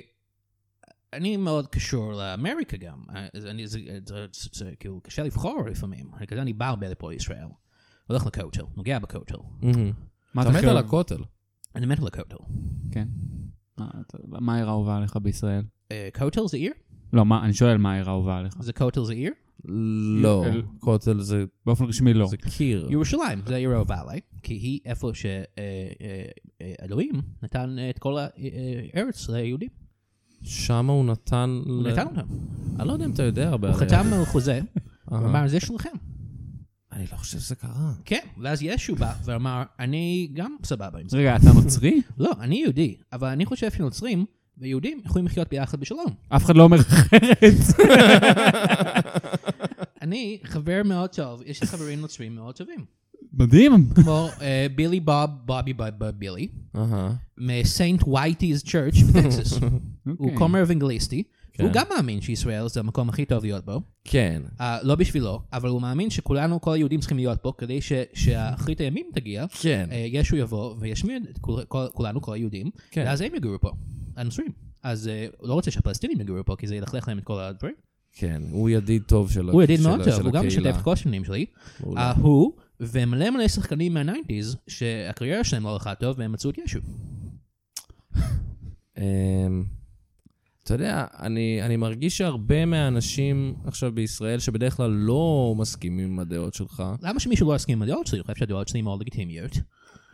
אני מאוד קשור לאמריקה גם. אה, אז אני- זה- זה- זה- זה כאילו קשה לבחור לפעמים. בגלל זה אני בא הרבה לפה לישראל. הולך לכותל, נוגע בכותל. מה אתה מת על הכותל. אני מת על הכותל. כן. מה- אתה- מה העיר האהובה עליך בישראל? אה, כותל זה עיר? לא, מה, אני שואל מה העיר האהובה עליך. זה כותל זה עיר? לא, אל- כותל זה באופן רשמי לא. זה קיר. ירושלים, זה עיר אהובה עליי, כי היא איפה אה, שאלוהים אה, נתן אה, את כל הארץ ליהודים. שם הוא נתן... הוא ל- נתן אותם. אני לא יודע אם אתה יודע הרבה. הוא עליה. חתם על חוזה, אה. הוא אמר, זה שלכם. אני לא חושב שזה קרה. כן, ואז ישו בא ואמר, אני גם סבבה עם זה. אז רגע, אתה נוצרי? לא, אני יהודי, אבל אני חושב שנוצרים ויהודים יכולים לחיות ביחד בשלום. אף אחד לא אומר אחרת. אני חבר מאוד טוב, יש לי חברים נוצרים מאוד טובים. מדהים. כמו אה, בילי בוב, בובי בוב בוב בילי, אהה. מסיינט וייטיז צ'רץ' בטקסס. הוא אוקיי. כומר אוונגליסטי, כן. הוא גם מאמין שישראל זה המקום הכי טוב להיות בו. כן. Uh, לא בשבילו, אבל הוא מאמין שכולנו, כל היהודים צריכים להיות פה, כדי ש- שאחרית הימים תגיע, כן. אה, ישו יבוא וישמיד את כול, כל, כולנו, כל היהודים, כן. ואז הם יגורו פה, הנוצרים. אז אה, הוא לא רוצה שהפלסטינים יגורו פה, כי זה ילכלך להם את כל הדברים. כן. הוא ידיד טוב של הוא ידיד לא, של- מאוד של טוב, הוא גם משתף הקהילה. את כל השנים שלי. מעולה. אה, הוא ומלא מלא שחקנים מהניינטיז, שהקריירה שלהם לא הלכה טוב, והם מצאו את ישו. אמ, אתה יודע, אני, אני מרגיש שהרבה מהאנשים עכשיו בישראל, שבדרך כלל לא מסכימים עם הדעות שלך, למה שמישהו לא יסכים עם הדעות שלי? הוא חושב שהדעות שלי מאוד לגיטימיות.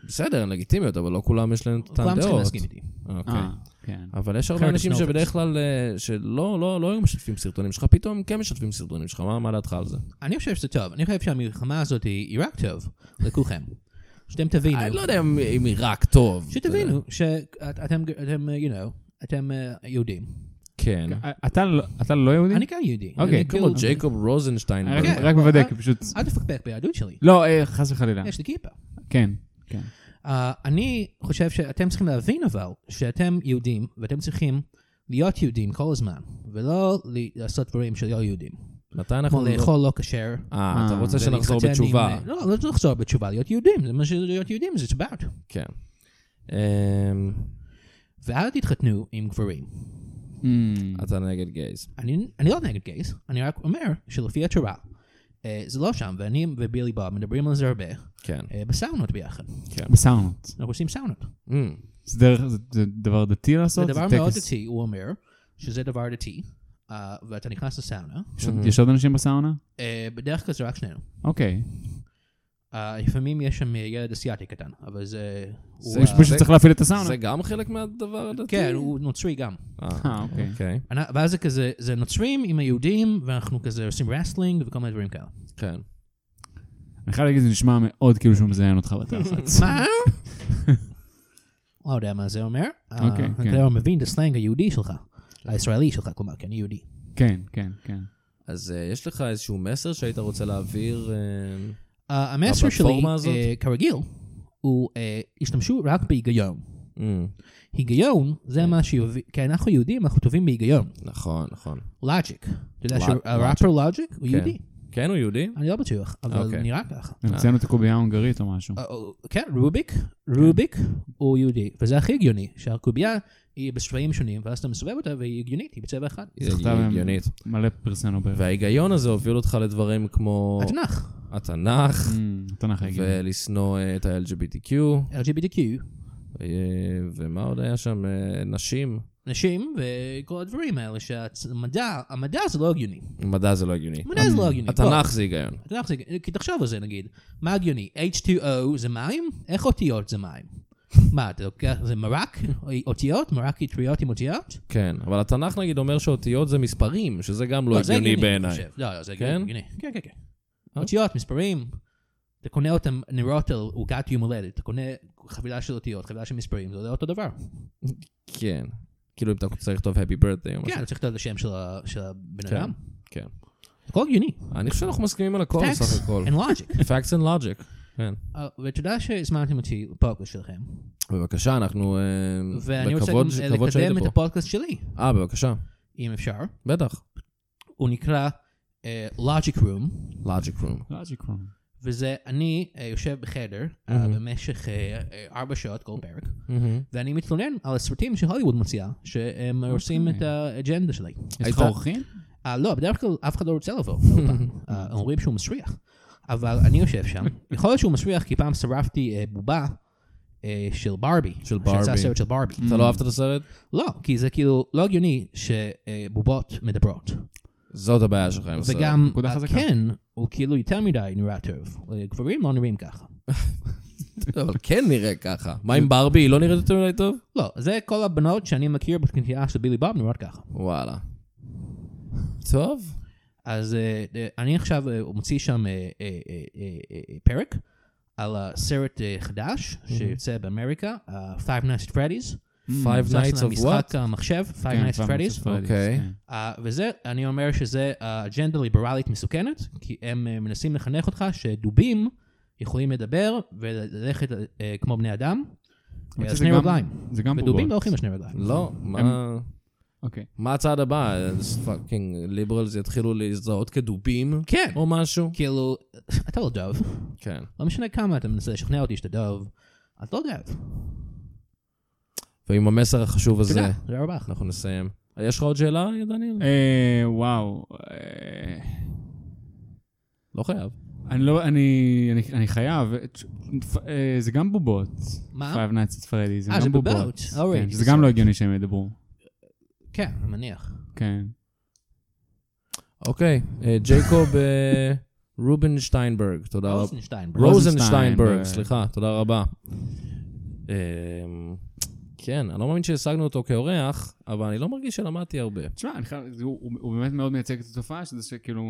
בסדר, הן לגיטימיות, אבל לא כולם יש להם את אותן דעות. כולם צריכים להסכים איתי. אוקיי. אה, כן. אבל יש הרבה Curtis אנשים Novels. שבדרך כלל, אה, שלא לא, לא היו משתפים סרטונים שלך, פתאום הם כן משתפים סרטונים שלך, מה, מה דעתך על זה? אני חושב שזה טוב, אני חושב שהמלחמה הזאת היא רק טוב לכולכם. שאתם תבינו, אני לא יודע אם- אם היא רק טוב. שתבינו שאתם, אתם, אה, you know, אתם אה, יהודים. כן. אתה לא- אתה לא יהודי? אני גם יהודי. אוקיי, אני כמו כאילו- ג'ייקוב רוזנשטיין. רק- כן. רק מוודא, כי פשוט... אל תפקפק ביהדות שלי, לא, אה, חס וחלילה. יש לי כיפה. כן. כן. אה, אני חושב שאתם צריכים להבין אבל, שאתם יהודים, ואתם צריכים להיות יהודים כל הזמן, ולא ל- לעשות דברים שלא יהודים. מתי אנחנו... כמו לאכול לא כשר. אה, אתה אה, רוצה שנחזור ולהתחתן עם- בתשובה. לא, לא צריך לחזור בתשובה, להיות יהודים, זה מה שלהיות יהודים, זה about. כן. אמ, ואל תתחתנו עם גברים. Mm. אתה נגד גייז. אני, אני לא נגד גייז, אני רק אומר שלפי התורה, אה, זה לא שם, ואני ובילי בוב מדברים על זה הרבה, כן. אה, בסאונות ביחד. בסאונות. אנחנו עושים סאונות. אמ, זה דרך- זה- זה דבר דתי זה לעשות? דבר טקס- מאוד דתי, הוא אומר, שזה דבר דתי, אה, ואתה נכנס לסאונה, יש עוד- יש עוד אנשים בסאונה? אה, בדרך כלל זה רק שנינו. אוקיי. אה, לפעמים יש שם ילד אסיאתי קטן, אבל זה... הוא, יש אה, פשוט- מישהו שצריך להפעיל את הסאונה. זה גם חלק מהדבר הדתי? כן, הוא נוצרי גם. אה, אה, אוקיי. אוקיי. אנ- ואז זה כזה, זה נוצרים עם היהודים, ואנחנו כזה עושים רסלינג וכל מיני דברים כאלה. כן. אני חייב להגיד, זה נשמע מאוד כאילו שהוא מזיין אותך בתחת. מה? לא יודע מה זה אומר. אה, אוקיי, אתה כן. לא מבין את הסלנג היהודי שלך, הישראלי שלך, כלומר, כי אני יהודי. כן, כן, כן. אז אה, יש לך איזשהו מסר שהיית רוצה להעביר? אה, אה, המסר שלי, בפלטפורמה הזאת? אה, כרגיל, הוא אה, השתמשו רק בהיגיון. אמ, היגיון זה כן. מה שיוביל, כי אנחנו יהודים, אנחנו טובים בהיגיון. נכון, נכון. לוג'יק. אתה יודע לוג- שהראפר לוג'יק הוא כן. יהודי. כן, הוא יהודי? אני לא בטוח, אבל אוקיי. נראה ככה. המצאנו את הקובייה ההונגרית או משהו. אה, אה, כן, רוביק, רוביק הוא יהודי, וזה הכי הגיוני, שהקובייה היא בצבעים שונים, ואז אתה מסובב אותה והיא הגיונית, היא בצבע אחד. היא זכתה בהם. הגיונית. מלא פרסי נובל. וההיגיון הזה הוביל אותך לדברים כמו התנ"ך, התנ"ך, Mm, תנ"ך הגיוני. ולשנוא אה, את ה-LGBTQ, LGBTQ, אה, ומה עוד היה שם? אה, נשים. נשים וכל הדברים האלה, שהמדע, המדע זה לא הגיוני. מדע זה לא הגיוני. המדע זה לא הגיוני. בוא. התנ"ך זה היגיון. אתה יודע, כי תחשוב על זה נגיד, מה הגיוני? H2O זה מים? איך אותיות זה מים? מה, אתה לוקח, זה מרק? אותיות? מרק אטריות עם אותיות? כן, אבל התנ"ך נגיד אומר שאותיות זה מספרים, שזה גם לא זה הגיוני אני בעיניי. חושב. לא, לא, זה כן? אה? הגיוני. כן, כן, כן. אותיות, מספרים, אתה קונה אותם נרות על עוגת יום הולדת, אתה קונה חבילה של אותיות, חבילה של מספרים, זה עולה אותו דבר. כן. כאילו אם אתה צריך לכתוב happy birthday או משהו. כן, אתה צריך לדעת את השם של ה- של הבן כן, אדם. כן. אה. הכל הגיוני. אני חושב שאנחנו מסכימים על הכל כן. Facts בסך הכל. and logic. Facts and logic. כן. אה, ותודה שהזמנתם אותי לפודקאסט שלכם. בבקשה, אנחנו... אה, ואני רוצה בכבוד גם, אה, בכבוד שהיית לקדם את פה. הפודקאסט שלי, אה, בבקשה. אם אפשר. בטח. הוא נקרא אה, Logic Room, Logic room. לוג'יק רום. וזה אני אה, יושב בחדר אה, במשך אה, אה, ארבע שעות כל פרק, ואני מתלונן על הסרטים שהוליווד מוציאה, שהם אוקיי. עושים את האג'נדה שלי. יש לך הייתה- אורחים? אה, לא, בדרך כלל אף אחד לא רוצה לבוא, לאולפן. אה, אומרים שהוא מסריח, אבל אני יושב שם. יכול להיות שהוא מסריח כי פעם שרפתי אה, בובה. אה, של ברבי, של שיצא ברבי. סרט של ברבי. אתה לא אהבת את הסרט? לא, כי זה כאילו לא הגיוני שבובות מדברות. זאת הבעיה שלך עם הסרט. וגם נקודה חזקה. הקן הוא כאילו יותר מדי נראה טוב. גברים לא נראים ככה. אבל כן נראה ככה. מה עם ברבי? היא לא נראית יותר מדי טוב? לא, זה כל הבנות שאני מכיר בקנטייה של בילי בוב נראות ככה. וואלה. Mm, טוב. אז אה, אה, אני עכשיו אה, מוציא שם אה, אה, אה, אה, אה, פרק על הסרט אה, חדש שיוצא באמריקה, אה, Five Nights at Freddy's. Five Nights of what? משחק המחשב, Five כן, Nights at Five Nights Freddy's. of Freddy's, אוקיי. כן. אה, וזה, אני אומר שזה אה, אג'נדה ליברלית מסוכנת, כי הם אה, מנסים לחנך אותך שדובים יכולים לדבר וללכת אה, כמו בני אדם. האמת אה, שזה שני גם- רגליים. זה גם ודובים בובות. לא הולכים לשני רגליים. לא, מה... אוקיי. מה הצעד הבא? פאקינג ליברלס יתחילו להזדהות כדובים? כן. או משהו? כאילו, אתה לא דוב, כן. לא משנה כמה אתה מנסה לשכנע אותי שאתה דוב, אתה לא דוב. ועם המסר החשוב הזה, תודה, תודה רבה. אנחנו נסיים. יש לך עוד שאלה, דניאל? אה, וואו. אה, לא חייב. אני לא, אני, אני, אני חייב, אה, ת- אה, זה גם בובות. מה? Five Nights at Freddy, אה? זה אה, זה גם בובות. בובות. אורי, כן, שזה בסדר. גם לא הגיוני שהם ידברו. כן, אני מניח. כן. אוקיי, אה, ג'ייקוב אה, רובינשטיינברג, תודה רבה. רוזנשטיין. רוז- רוזנשטיינברג, רוזנשטיינברג. סליחה, תודה רבה. אה, כן, אני לא מאמין שהשגנו אותו כאורח, אבל אני לא מרגיש שלמדתי הרבה. תשמע, אני חייב, זה- הוא, הוא- הוא באמת מאוד מייצג את התופעה, שזה שכאילו,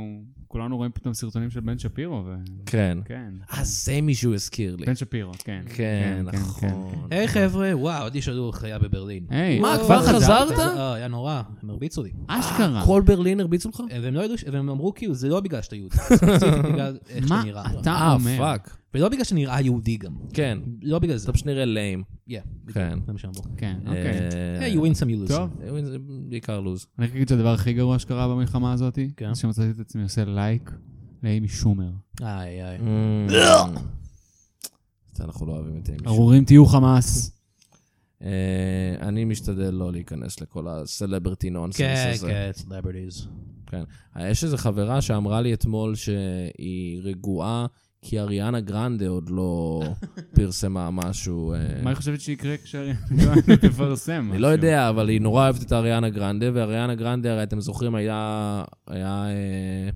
כולנו רואים פתאום סרטונים של בן שפירו, ו... כן. כן. אה, זה מישהו הזכיר לי. בן שפירו, כן. כן, כן, כן. נכון. היי חבר'ה, וואו, עוד יש עוד חיה בברלין. היי, מה, וואו, כבר חזרת? אה, היה נורא, הם הרביצו לי. אה, אשכרה. כל ברלין הרביצו לך? והם לא ידעו, ש- והם אמרו כאילו, זה לא בגלל שאתה יהודי, ספציפית בגלל איך שאתה מה נראה. אתה אה, אומר? פאק. ולא בגלל שאתה נראה יהודי גם. כן. לא בגלל זה. אתה פשוט נראה ליים. כן. כן. זה מה שהם אמרו. כן, אוקיי. אה, Hey, you win some, you lose. טוב. some. אה, זה בעיקר לוז. אני רק אגיד שהדבר הכי גרוע שקרה במלחמה הזאת, כן. זה שמצאתי את עצמי עושה לייק לאימי שומר. איי, Mm, איי. זה, אנחנו לא אוהבים את אימי. ארורים תהיו חמאס. אה, אני משתדל לא להיכנס לכל הסלברטי נונסנס כן, הזה. כן, סלבריטיז. כן. יש איזו חברה שאמרה לי אתמול שהיא רגועה, כי אריאנה גרנדה עוד לא פרסמה משהו. אה, מה היא חושבת שיקרה כשתפרסם? אני לא יודע, אבל היא נורא אוהבת את אריאנה גרנדה, ואריאנה גרנדה, הרי אתם זוכרים, היה, היה אה,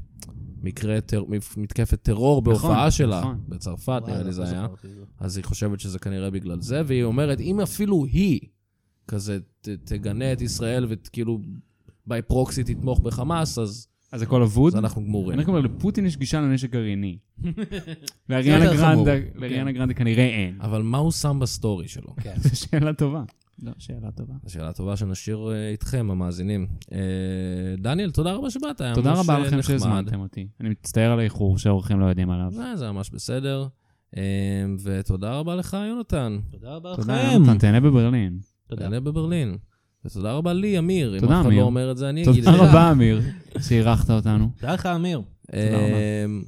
מקרה, טר, מפ- מתקפת טרור בהופעה נכון, שלה נכון. בצרפת, וואי, נראה לי לא זה היה. זוכרתי את זה. אז היא חושבת שזה כנראה בגלל זה, והיא אומרת, אם אפילו היא כזה ת, תגנה את ישראל וכאילו by proxy תתמוך בחמאס, אז, אז הכל אבוד? אז אנחנו גמורים. אני רק אומר, לפוטין יש גישה לנשק גרעיני. זה לאריאנה יותר חמור. כן. גרנדה- לאריאנה גרנדה כנראה אין. אבל מה הוא שם בסטורי שלו? כן. זו שאלה טובה. לא, שאלה טובה. זו שאלה טובה שנשאיר אה, איתכם, המאזינים. אה, דניאל, תודה רבה שבאת, היה תודה ממש, רבה אה, לכם נחמד. שהזמנתם אותי. אני מצטער על האיחור שהאורחים לא יודעים עליו. זה, זה ממש בסדר. אמ, ותודה רבה לך, יונתן. תודה לא רבה תודה, לכם. יונתן, תהנה בברלין. תודה. תעלה בברלין. ותודה רבה לי, אמיר. אם תודה, אף אחד לא אמיר. אומר את זה, אני אגיד את תודה זה. רבה, אמיר, שאירחת אותנו. תודה לך, אמיר. תודה אמ,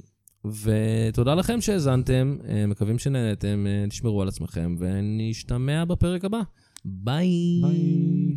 ותודה לכם שהאזנתם, אה, מקווים אמ, שנהנתם, אה, תשמרו על עצמכם, ונשתמע בפרק הבא. ביי. ביי.